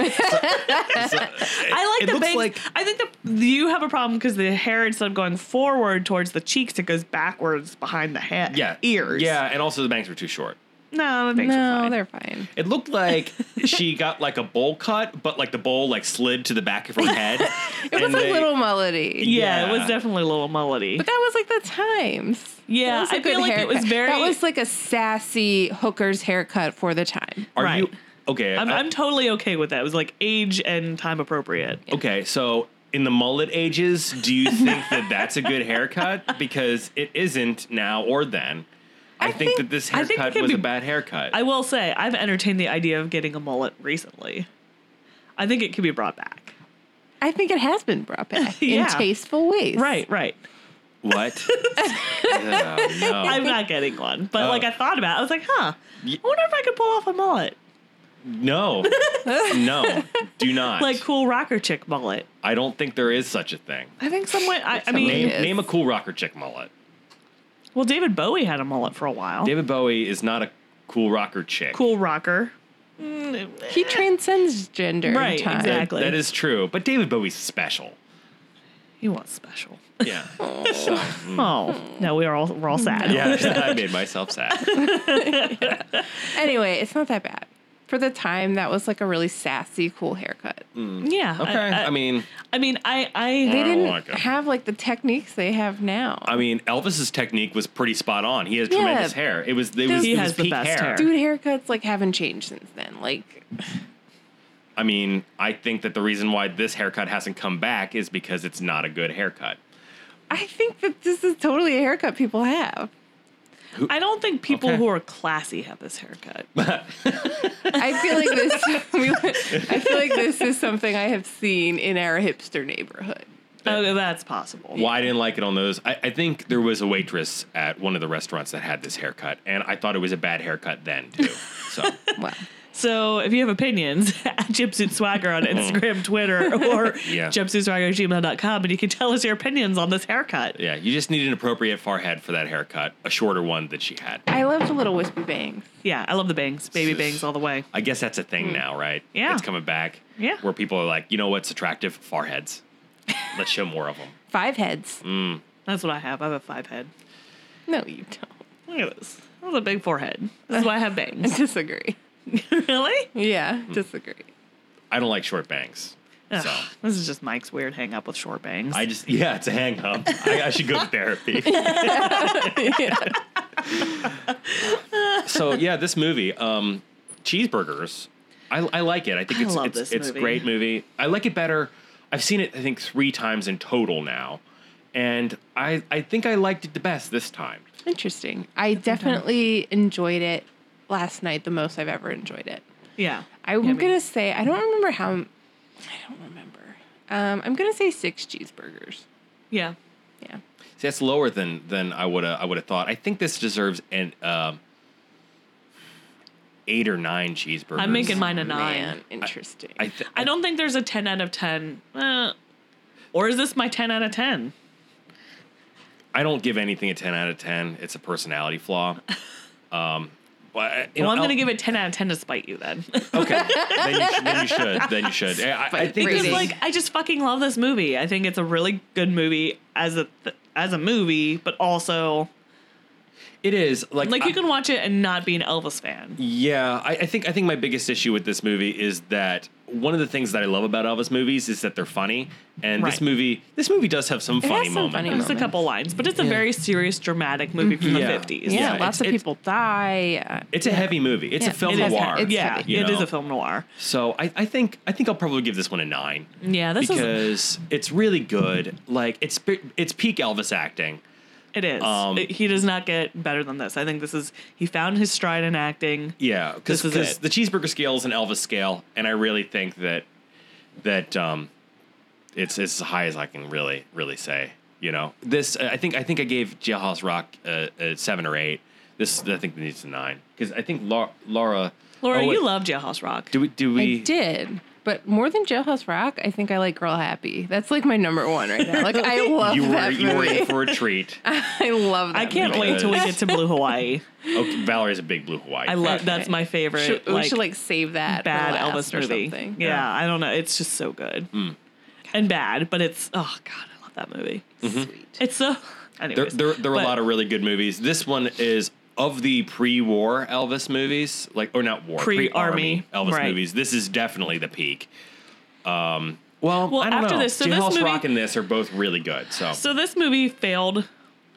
I like
it
the
looks
bangs.
like-
I think the you have a problem because the hair instead of going forward towards the cheeks, it goes backwards behind the head.
yeah,
ears.
Yeah, and also the bangs were too short.
no, the bangs are
no,
fine.
they're fine.
It looked like she got like a bowl cut, but like the bowl like slid to the back of her head.
It was
and
a
they-
little mullety.
Yeah,
Yeah.
it was definitely a little mullety.
But that was like the times.
Yeah,
that was a
I feel like it was
haircut.
very-
That was like a sassy hooker's haircut for the time.
Are
Right.
you okay? uh,
I'm,
I-
I'm totally okay with that. It was like age and time appropriate.
Okay, so in the mullet ages, do you think that that's a good haircut? Because it isn't now or then. I, think,
think-
that this
I think it
haircut
could
was a
be-
bad haircut.
I will say I've entertained the idea of getting a mullet recently. I think it could be brought back.
I think it has been brought back
Yeah.
in tasteful ways.
Right, right.
what? oh, no.
I'm not getting one, but
Oh.
like I thought about, it. I was like, huh.
Ye-
I wonder if I could pull off a mullet,
no, no, do not.
like cool rocker chick mullet.
I don't think there is such a thing.
I think someone. I, I
Someone
mean,
Name,
is.
name a cool rocker chick mullet.
Well, David Bowie had a mullet for a while.
David Bowie is not a cool rocker chick.
cool rocker. Mm,
He transcends gender. and
Right,
time.
exactly.
That is true, but David Bowie's special.
He was special.
Yeah. So,
Oh no, we are all we're all sad.
Mm. yeah, I made myself sad.
Anyway, it's not that bad. For the time, that was like a really sassy, cool haircut.
yeah.
Okay.
I, I-
I mean,
I mean, I, I
They
don't
didn't
like it.
have like the techniques they have now.
I mean, Elvis's technique was pretty spot on. He has
Yeah.
tremendous hair. It was, it was,
He
it was
has the
peak
best
hair.
hair.
Dude, haircuts like haven't changed since then. Like,
I mean, I think that the reason why this haircut hasn't come back is because it's not a good haircut.
I think that this is totally a haircut people have.
I don't think people
Okay.
who are classy have this haircut.
I feel like this. we, I feel like this is something I have seen in our hipster neighborhood.
oh, that's possible.
Why I didn't like it on those, I, I think there was a waitress at one of the restaurants that had this haircut, and I thought it was a bad haircut then too. So
Wow.
So if you have opinions, at Jumpsuit Swagger on Instagram, Twitter, or
Mm. Yeah.
jumpsuitswagger gmail.com, and you can tell us your opinions on this haircut.
Yeah, you just need an appropriate forehead for that haircut, a shorter one that she had.
I loved the little wispy bangs.
Yeah, I love the bangs, baby bangs all the way.
I guess that's a thing now, right?
Mm. Yeah.
It's coming back.
Yeah.
Where people are like, you know what's attractive? Foreheads. Let's show more of them.
Five heads.
Mm. That's what I have. I have a five head.
No, you don't.
Look at this. That's a big forehead. That's why I have bangs.
Disagree.
really?
Yeah,
Mm.
disagree.
I don't like short bangs.
Ugh,
So
This is just Mike's weird hang up with short bangs.
I just, yeah, it's a hang up. I, I should go to therapy.
Yeah.
so yeah, this movie, um, Cheeseburgers, I, I like it. I think
I
it's
love
it's,
this
it's a
movie.
great movie. I like it better. I've seen it I think three times in total now, and I I think I liked it the best this time.
Interesting. I definitely enjoyed it last night the most I've ever enjoyed it.
yeah.
I'm
Yeah, me-
gonna say I don't remember how. I don't remember. Um, I'm gonna say six cheeseburgers.
Yeah.
Yeah.
See, that's lower than than I would I would have thought. I think this deserves an um, eight or nine cheeseburgers.
I'm making mine a nine.
Man, interesting.
I, th-
I don't think there's a 10 out of 10. Uh, or is this my 10 out of 10?
I don't give anything a ten out of ten. It's a personality flaw. Um, but you
Well,
know,
I'm going to
I'll-
give it 10 out of 10 to spite you then.
Okay. then, you, sh- then you should. Then you should. I, I- I
Fight
think
Brady.
this
because
is,
like I just fucking love this movie. I think it's a really good movie as a th- as a movie, but also
it is like
like
I-
you can watch it and not be an Elvis fan.
yeah, I, I think I think my biggest issue with this movie is that one of the things that I love about Elvis movies is that they're funny, and this
Right.
movie this movie does have some funny
some
moments.
funny
Just a
moments.
couple lines, but it's a very serious dramatic movie from the
Mm-hmm. Yeah.
50s.
yeah,
yeah,
lots
it's-
of
it's-
people die. Uh,
It's a heavy movie. It's
Yeah,
a film
it is
noir.
heavy. It's
yeah,
heavy.
You
it is
know.
a film noir.
So I, I think I think I'll probably give this one a nine
Yeah, this is
because it's really good. Like it's pe- it's peak Elvis acting.
it is.
um,
It- he does not get better than this. I think this is he found his stride in acting.
Yeah, because
This is it.
the cheeseburger scale is an Elvis scale, and I really think that that um, it's it's as high as I can really really say. You know, this I think I think I gave Jailhouse Rock a, a seven or eight. This I think needs a nine because I think Laura. Laura,
Laura,
oh, wait,
you love Jailhouse Rock.
Do we? Do
I
we?
did, but more than Jailhouse Rock, I think I like Girl Happy. That's like my number one right now. Like I love
You were
that
you were
movie.
in for a treat.
I love that.
I can't
movie.
wait till we get to Blue Hawaii.
Okay, Valerie's a big blue Hawaii.
I
fan.
love that's my favorite.
Should, we
like,
should like save that
bad
for last
Elvis
or
movie.
something.
Yeah, I don't know. It's just so good
Hmm.
and bad, but it's oh god, I love that movie.
Sweet.
It's so.
Mm-hmm. There,
Anyways,
there, there are
but-
a lot of really good movies. This one is of the pre-war Elvis movies, like or not war,
Pre-army,
pre-army Elvis
right.
movies. This is definitely the peak. Um, well,
Well,
I don't
after
know.
this- so this
Jailhouse
movie-
Rock and this are both really good. So,
So this movie failed.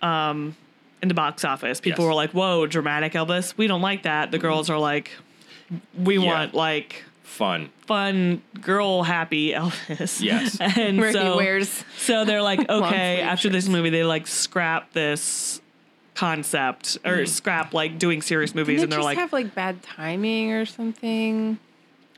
Um. In the box office, people
Yes. Mm-hmm.
were like, "Whoa, dramatic Elvis! We don't like that." The girls are like, "We
Yeah.
want like
fun.
fun, girl, happy Elvis."
Yes.
and
Where
so
he wears
So they're like, okay,
sleeve
after this movie, they like scrap this concept or scrap like doing serious movies,
Mm. Didn't
and
it
they're
just
like,
have like bad timing or something.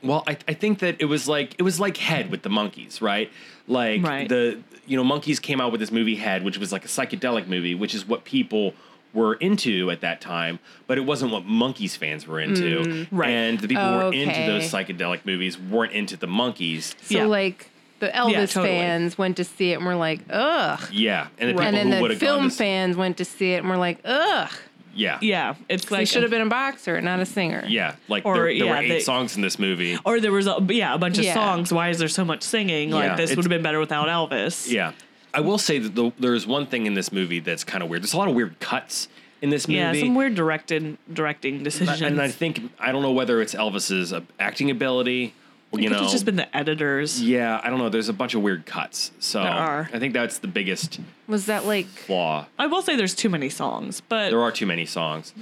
Well, I, I think that it was like it was like Head with the monkeys, right? Like
Right.
the you know monkeys came out with this movie Head, which was like a psychedelic movie, which is what people were into at that time, but it wasn't what monkeys fans were into.
Mm, right.
And the people who were into
Okay.
those psychedelic movies weren't into the monkeys.
So
Yeah.
like the Elvis
totally.
fans went to see it and were like, ugh.
Yeah, and the people
And then
who would
the
have gone
film
to s-
fans went to see it and were like, ugh.
yeah,
yeah, it's
They
like
should have been a boxer, not a singer.
uh, yeah, like
Or,
there, there
yeah,
were eight
they-
songs in this movie.
or there was a, yeah a bunch of
Yeah.
songs. Why is there so much singing?
Yeah,
like this
it's-
would have been better without Elvis.
Yeah, I will say that the, there is one thing in this movie that's kind of weird. There's a lot of weird cuts in this movie.
yeah, some weird directed directing decisions.
and I think I don't know whether it's Elvis's uh, acting ability, or, you
It could
know,
have just been the editors.
yeah, I don't know. There's a bunch of weird cuts, so
There are.
I think that's the biggest
Was that like
flaw.
I will say there's too many songs, but
There are too many songs,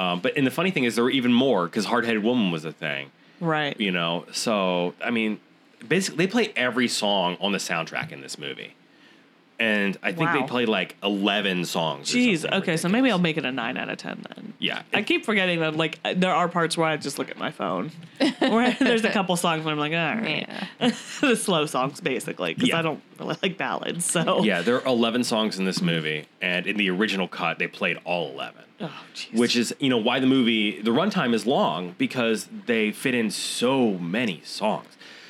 um, but and the funny thing is there were even more because Hard Headed Woman was a thing,
right,
you know. So I mean, basically they play every song on the soundtrack in this movie. and I think
Wow.
they played like eleven songs. or
Jeez.
something
Okay, so
ridiculous.
maybe I'll make it a nine out of ten then.
Yeah.
I keep forgetting that like uh, there are parts where I just look at my phone. Where there's a couple songs where I'm like, all right,
Yeah.
the slow songs basically because
Yeah.
I don't really like ballads. So
Yeah, there are eleven songs in this movie, and in the original cut, they played all eleven.
Oh, jeez.
Which is, you know, why the movie the runtime is long because they fit in so many songs.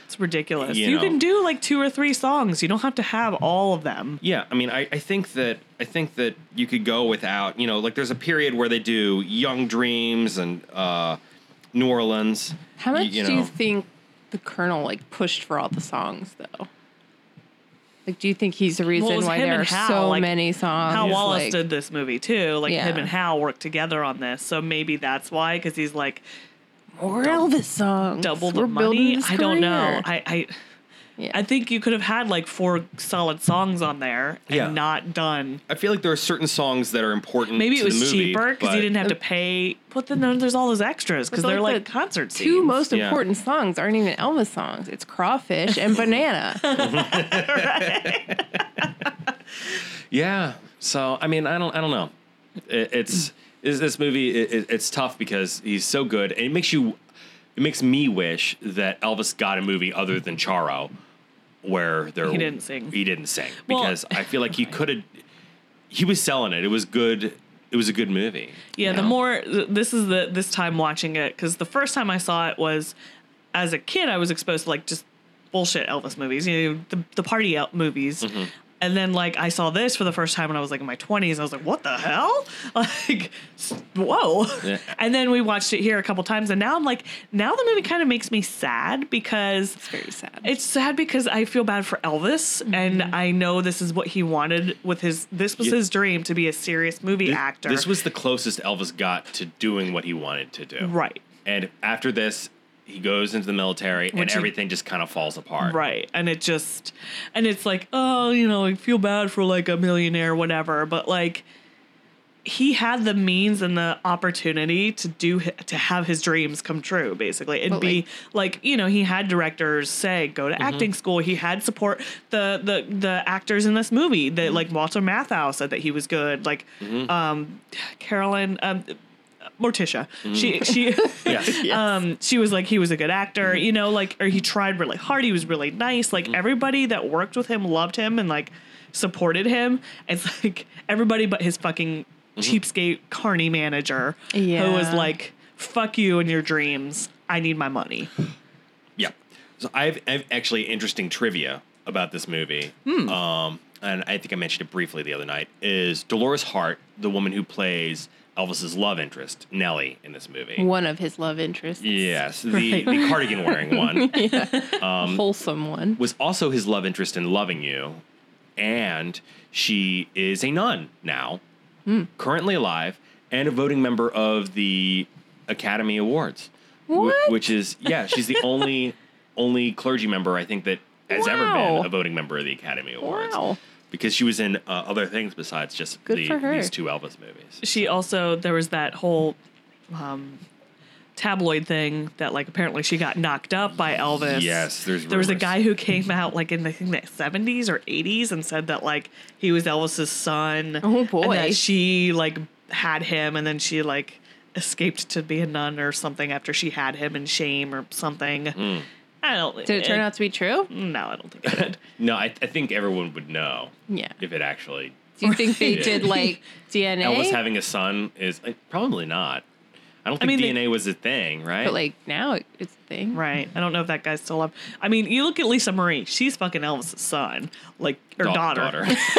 it's ridiculous.
you
You,
know.
can do like two or three songs. You don't have to have all of them.
Yeah, I mean, I, I think that I think that you could go without, you know, like there's a period where they do Young Dreams and uh, New Orleans.
How much
you
do you
know.
think the Colonel like pushed for all the songs though? Like, do you think he's the reason
was
why
him
there
and
are
Hal,
so
like,
many songs?
Hal Wallace
like-
did this movie too. Like
Yeah.
him and Hal worked together on this, so maybe that's why. Because he's like
more Elvis songs.
double the
We're building
money.
his
I don't know.
career.
I, I
yeah.
I think you could have had like four solid songs on there and
Yeah.
not done.
I feel like there are certain songs that are important.
Maybe
to
it was
the movie,
cheaper because you
but-
didn't have to pay. But then there's all those extras because
But,
they're
like,
like
the
concert scenes.
Two most
Yeah.
important songs aren't even Elvis songs. It's Crawfish and Banana.
Yeah. So I mean, I don't, I don't know. It, it's
Mm.
is this movie? It, it, it's tough because he's so good, and it makes you, it makes me wish that Elvis got a movie other than Charo, where there
He didn't sing.
He didn't sing
Well-
because I feel like he could have. He was selling it. It was good. It was a good movie.
Yeah,
you
the
know?
more th- this is the this time watching it because the first time I saw it was as a kid. I was exposed to like just bullshit Elvis movies, you know, the the party out movies.
Mm-hmm.
And then like I saw this for the first time when I was like in my twenties. I was like, what the hell? Like, s- whoa.
Yeah.
And then we watched it here a couple times, and now I'm like, now the movie kind of makes me sad because
it's very sad.
it's sad because I feel bad for Elvis,
Mm-hmm.
and I know this is what he wanted with his. This was
Yeah.
his dream to be a serious movie
This-
actor.
This was the closest Elvis got to doing what he wanted to do.
right.
And after this, he goes into the military, and
Which he-
everything just kind of falls apart.
Right. And it just, and it's like, oh, you know, I feel bad for like a millionaire, whatever. But like, he had the means and the opportunity to do hi- to have his dreams come true, basically, and
But,
be like, you know, he had directors say go to acting school. He had support the the the actors in this movie that like Walter Matthau said that he was good. Like, um, Carolyn. Um, Morticia, she she
Yes.
um, she was like, he was a good actor, you know, like, or he tried really hard. He was really nice. Like, everybody that worked with him loved him and, like, supported him. It's like everybody but his fucking cheapskate carny manager who was
Yeah.
like, fuck you and your dreams. I need my money.
Yeah. So I have, I have actually interesting trivia about this movie. Um, and I think I mentioned it briefly the other night. Is Dolores Hart the woman who plays Elvis's love interest, Nellie, in this movie?
one of his love interests.
Yes, Um, the, the cardigan wearing one
A wholesome one.
was also his love interest in Loving You, and she is a nun now,
Hmm.
currently alive, and a voting member of the Academy Awards. wh-
What?
which is yeah, she's the only only clergy member I think that has ever
Wow.
been a voting member of the Academy Awards.
Wow.
Because she was in uh, other things besides just
Good
the,
for her.
these two Elvis movies.
She also, there was that whole, um, tabloid thing that like apparently she got knocked up by Elvis.
Yes, there's
there was a
rumors.
guy who came out like in the, I think the 70s or 80s and said that like he was Elvis's son.
Oh,
And
boy.
that she like had him and then she like escaped to be a nun or something after she had him in shame or something.
Hmm.
I don't
Did it turn out to be true?
No, I don't think it did.
No, I, I think everyone would know
Yeah.
if it actually
Do you think they
Yeah.
did like DNA?
Elvis having a son is like, probably not. I don't think
mean, they-
DNA was a thing, right?
but like now it, it's a thing.
right. I don't know if that guy's still up. I mean, you look at Lisa Marie, she's fucking Elvis's son. Like or
Da-
daughter.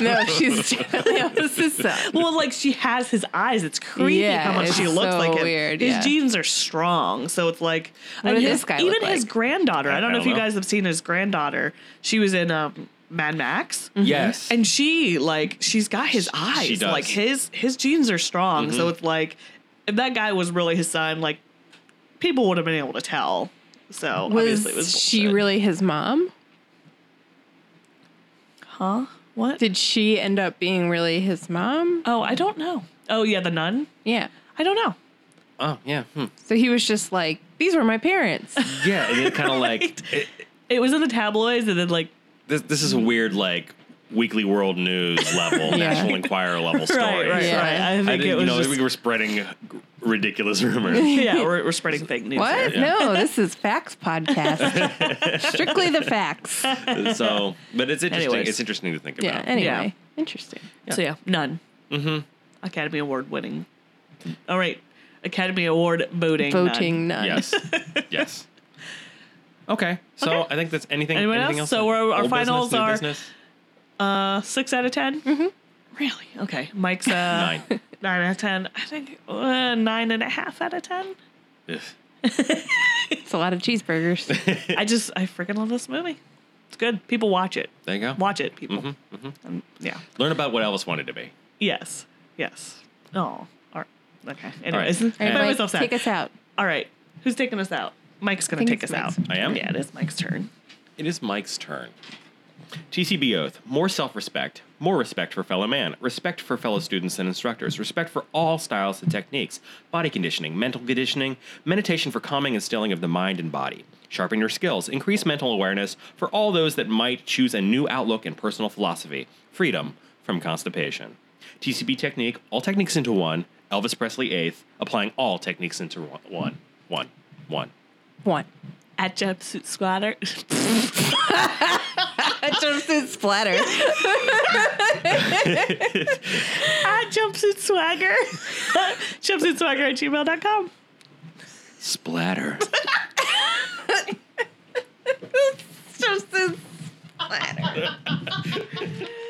No, she's definitely Elvis's son.
Well, like she has his eyes. It's creepy
Yeah,
how much
it's
she looks
so
like him.
weird,
his
yeah.
genes are strong, so it's like
What
and
did
his-
this guy
even
look
his
like?
granddaughter. I,
I-
don't
I
know
don't
if you
know.
guys have seen his granddaughter. She was in um, Mad Max,
Mm-hmm.
Yes.
and she like she's got his eyes.
does.
Like his his genes are strong, so it's like if that guy was really his son, like people would have been able to tell. So
Was,
obviously it was
she
bullshit.
really his mom?
Huh? What?
Did she end up being really his mom?
oh, I don't know. Oh yeah, the nun.
Yeah.
I don't know.
oh yeah, hmm.
So he was just like, these were my parents.
yeah, and it kind of like it,
It was in the tabloids, and then like
this. This is a weird like Weekly World News level, National Enquirer level stories.
Right, right,
Yeah.
right. I think
I
it
didn't,
was
you know,
just,
we were spreading ridiculous rumors.
yeah, we're, we're spreading fake news. here.
What? No, this is facts podcast. Strictly the facts. Yeah.
so, but it's interesting.
Anyways.
It's interesting to think about.
Anyway, interesting.
So yeah, none. Mm-hmm. Academy Award winning. All right, Academy Award voting. none.
Voting none.
yes, yes. Okay, so I think that's anything.
Anyone
anything
else?
else?
So we're- our
Old business,
finals
new
are-
business?
Uh, six out of 10 Mm-hmm. Really? Okay. Mike's uh,
nine.
nine out of ten. I think uh, nine and a half out of ten.
Ugh.
It's a lot of cheeseburgers.
I just I freaking love this movie. It's good. People watch it.
there you go.
Watch it, people. Um, yeah.
Learn about what Elvis wanted to be.
Yes. Yes. Oh. All right. Okay.
right.
Anyways,
All
I
right,
made
Mike,
myself sad.
take us out.
All right. Who's taking us out? Mike's gonna
think
take us
it's
out.
Mike's.
I am?
Yeah, it is Mike's turn.
It is Mike's turn. TCB oath: more self-respect, more respect for fellow man, respect for fellow students and instructors, respect for all styles and techniques, body conditioning, mental conditioning, meditation for calming and stilling of the mind and body. Sharpen your skills, increase mental awareness for all those that might choose a new outlook and personal philosophy. Freedom from constipation. TCB technique: all techniques into one. Elvis Presley eighth, applying all techniques into one, one, one, one.
One.
At Jumpsuit Squatter.
A jumpsuit splatter.
at Jumpsuit Swagger. jumpsuit Swagger at gmail.com.
Splatter.
jumpsuit splatter.